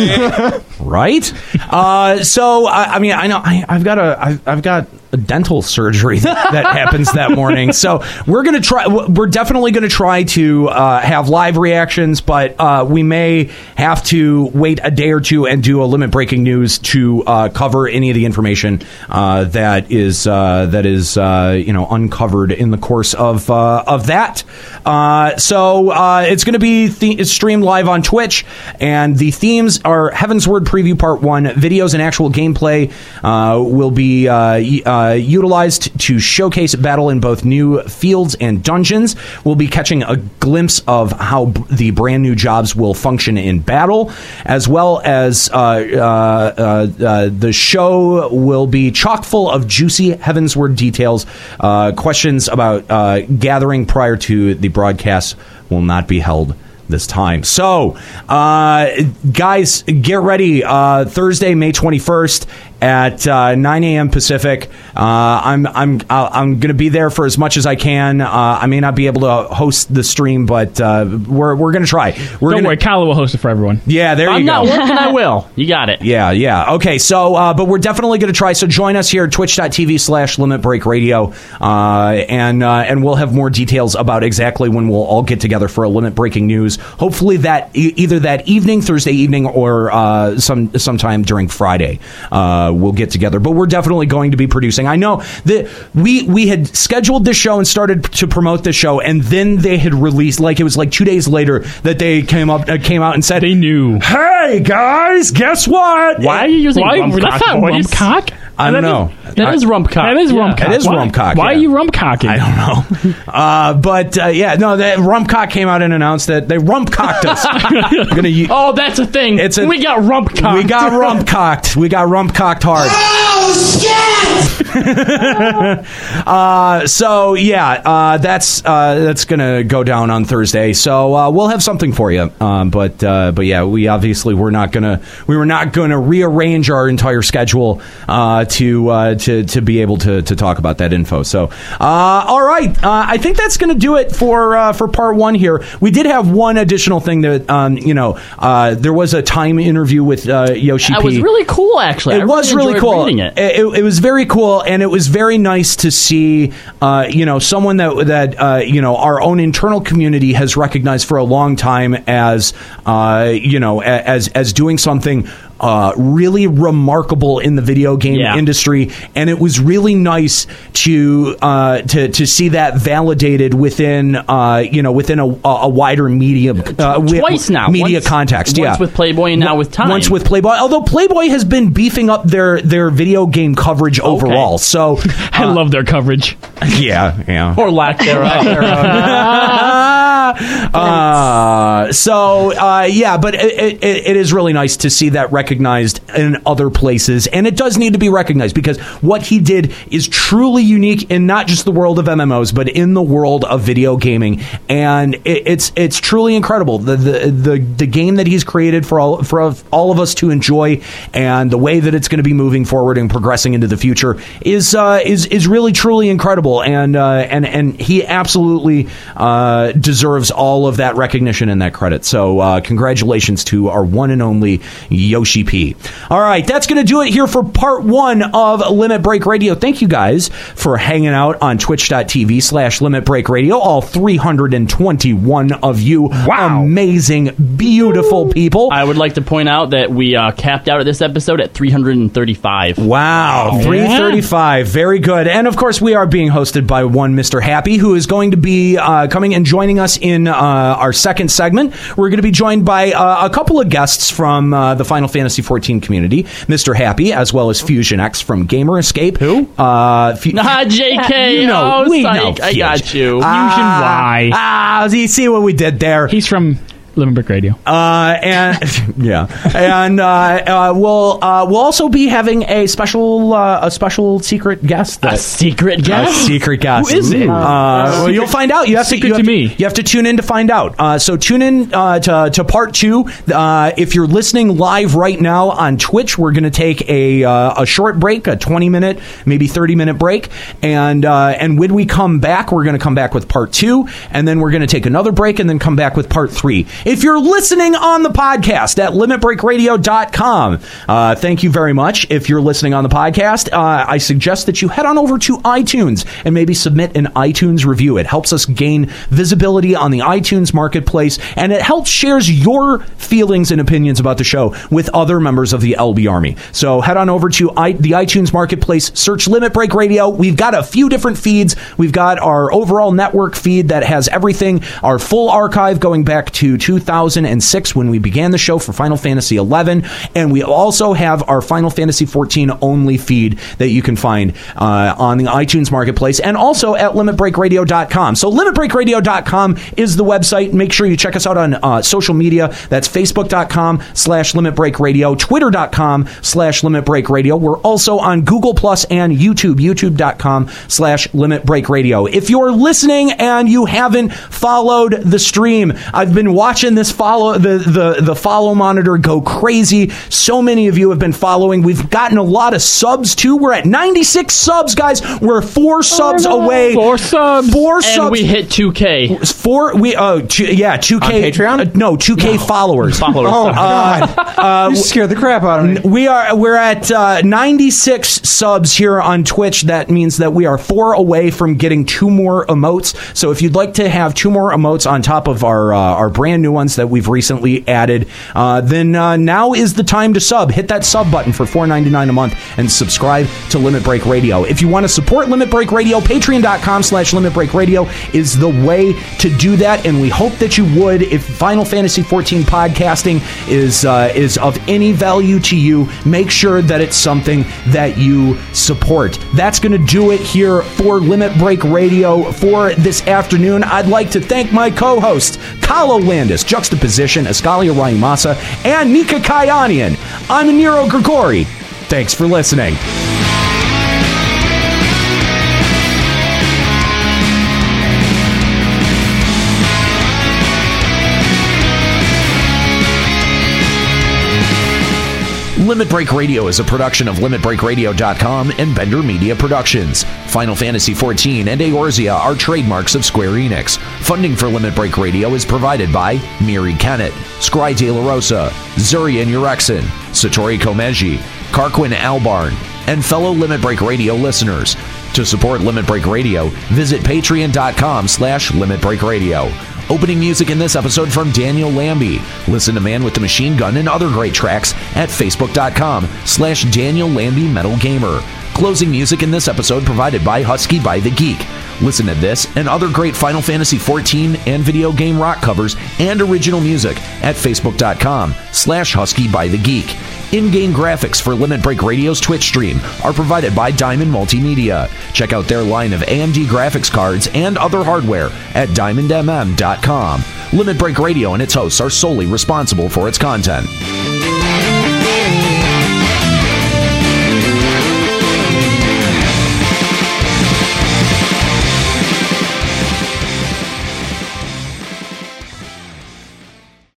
right? Uh, so I, I mean, I know I, I've got a I've, I've got a dental surgery that, that happens that morning. So we're gonna try. We're definitely gonna try to uh, have live reactions, but uh, we may have to wait a day or two and do a limit breaking news to uh, cover any of the information uh, that is uh, that is uh, you know uncovered in the course of uh, of that. Uh, so uh, it's going to be the- it's streamed live on Twitch, and the themes are Heaven's Word preview part one. Videos and actual gameplay uh, will be uh, y- uh, utilized to showcase battle in both new fields and dungeons. We'll be catching a glimpse of how b- the brand new jobs will function in battle, as well as uh, uh, uh, uh, the show will be chock full of juicy Heaven's Word details. Uh, questions about uh, gathering prior to the broadcast will not be held this time. So, uh, guys, get ready. Uh, Thursday, May twenty first at uh, nine a.m. Pacific. Uh, I'm I'm I'll- I'm going to be there for as much as I can. Uh, I may not be able to host the stream, but uh, we're we're going to try. We're Don't gonna, worry, Kyla will host it for everyone. Yeah, there I'm you not go. working, I will. You got it. Yeah, yeah. Okay, so, uh, but we're definitely going to try. So join us here at twitch.tv slash limit break radio. Uh, and, uh, and we'll have more details about exactly when we'll all get together for a limit breaking news. Hopefully that e- either that evening, Thursday evening, or, uh, some, sometime during Friday, uh, we'll get together. But we're definitely going to be producing. I know that we, we had scheduled this show and started to promote the show and then they had released, like it was like two days later that they came up, uh, came out and said, they knew. Hey guys, guess what? Why are you using Why? Rumpcock That's not voice? Rumpcock. I don't know. That is rumpcock. That is Yeah. rumcock. That is Why- rumcock, Why yeah. are you rumcocking? I don't know. Uh, but uh, yeah, no, that Rumpcock came out and announced that they rumpcocked us. Gonna u- oh, that's a thing. It's a, We got rumpcocked. We got rumpcocked. We got rumpcocked hard. uh, so yeah, uh, that's uh, that's gonna go down on Thursday. So uh, we'll have something for you. Um, but uh, but yeah, we obviously were not gonna we were not gonna rearrange our entire schedule uh, to uh, to to be able to to talk about that info. So uh, all right, uh, I think that's gonna do it for uh, for part one here. We did have one additional thing that um, you know uh, there was a time interview with uh, Yoshi. That P. was really cool, actually. It I was really, really enjoyed cool. reading it. It, it was very cool, and it was very nice to see, uh, you know, someone that that uh, you know our own internal community has recognized for a long time as, uh, you know, a- as as doing something. Uh, really remarkable in the video game Yeah. industry, and it was really nice to uh, to to see that validated within uh, you know within a, a wider medium uh, wi- Twice now. media Once- context. Once yeah, with Playboy and now with Time. once with Playboy. Although Playboy has been beefing up their their video game coverage overall. So uh, I love their coverage. Yeah, yeah. Or lack thereof. Uh, so uh, yeah, but it, it, it is really nice to see that recognized in other places, and it does need to be recognized because what he did is truly unique in not just the world of MMOs, but in the world of video gaming, and it, it's it's truly incredible the, the the the game that he's created for all for all of us to enjoy, and the way that it's going to be moving forward and progressing into the future is uh, is is really truly incredible, and uh, and and he absolutely uh, deserves all of that recognition and that credit. So uh, congratulations to our one and only Yoshi P. All right, that's going to do it here for part one of Limit Break Radio. Thank you guys for hanging out on twitch.tv slash Limit Break Radio. All 321 of you amazing, beautiful people. I would like to point out that we uh, capped out at this episode at 335. Wow, 335. Very good. And of course, we are being hosted by one Mr. Happy, who is going to be uh, coming and joining us in uh, our second segment. We're going to be joined by uh, a couple of guests from uh, the Final Fantasy XIV community Mr. Happy, as well as Fusion X from Gamer Escape. Who? Uh, Fu- Ah, JK. You know, Oh, we psych. know. I got you. Ah, Ah, you see what we did there? He's from Living Brick Radio. Uh, and yeah, and uh, uh, we'll uh, we'll also be having a special uh, a special secret guest. That, a secret A guest? secret guest. Who is Uh, it? well, Secret- you'll find out. You have to, secret you have to me. You have to tune in to find out. Uh, so tune in uh, to to part two. Uh, if you're listening live right now on Twitch, we're going to take a uh, a short break, a 20 minute, maybe 30 minute break, and uh, and when we come back, we're going to come back with part two, and then we're going to take another break, and then come back with part three. If you're listening on the podcast at limitbreakradio.com, uh, thank you very much. If you're listening on the podcast, uh, I suggest that you head on over to iTunes and maybe submit an iTunes review. It helps us gain visibility on the iTunes marketplace, and it helps shares your feelings and opinions about the show with other members of the LB Army. So head on over to I- the iTunes marketplace, search Limit Break Radio. We've got a few different feeds. We've got our overall network feed that has everything, our full archive going back to 2006 when we began the show for Final Fantasy 11, and we also have our Final Fantasy 14 only feed that you can find uh, on the iTunes marketplace and also at limitbreakradio.com. So limitbreakradio.com is the website. Make sure you check us out on uh, social media. That's facebook.com slash limitbreakradio, twitter.com slash limitbreakradio. We're also on Google Plus and YouTube, youtube.com slash limitbreakradio. If you're listening and you haven't followed the stream, I've been watching this follow the the the follow monitor go crazy. So many of you have been following. We've gotten a lot of subs too. We're at 96 subs, guys. We're four subs away. Four subs. Four subs. And we hit 2K. Four we oh two, yeah two K Patreon no two K followers Followers, oh sorry. god you scared the crap out of me Uh, we are we're at uh, ninety six subs here on Twitch that means that we are four away from getting two more emotes so if you'd like to have two more emotes on top of our uh, our brand new ones that we've recently added uh, then uh, now is the time to sub hit that sub button for four ninety nine a month and subscribe to Limit Break Radio if you want to support Limit Break Radio patreon.com slash Limit Break Radio is the way to do that, and we hope that you would. If Final Fantasy 14 podcasting is uh, is of any value to you, make sure that it's something that you support. That's going to do it here for Limit Break Radio for this afternoon. I'd like to thank my co-hosts Kalo Landis, Juxtaposition, Escalia Rayumasa, and Nika Kayanian. I'm Nero Grigori. Thanks for listening. Limit Break Radio is a production of LimitBreakRadio.com and Bender Media Productions. Final Fantasy XIV and Eorzea are trademarks of Square Enix. Funding for Limit Break Radio is provided by Miri Kennett, Scry De La Rosa, Zurian Urexin, Satori Komeji, Karquin Albarn, and fellow Limit Break Radio listeners. To support Limit Break Radio, visit patreon.com slash Limit Break Radio. Opening music in this episode from Daniel Lambie. Listen to Man with the Machine Gun and other great tracks at facebook.com slash Daniel Lambie Metal Gamer. Closing music in this episode provided by Husky by the Geek. Listen to this and other great Final Fantasy XIV and video game rock covers and original music at facebook.com slash Husky by the Geek. In-game graphics for Limit Break Radio's Twitch stream are provided by Diamond Multimedia. Check out their line of AMD graphics cards and other hardware at diamondmm.com. Limit Break Radio and its hosts are solely responsible for its content.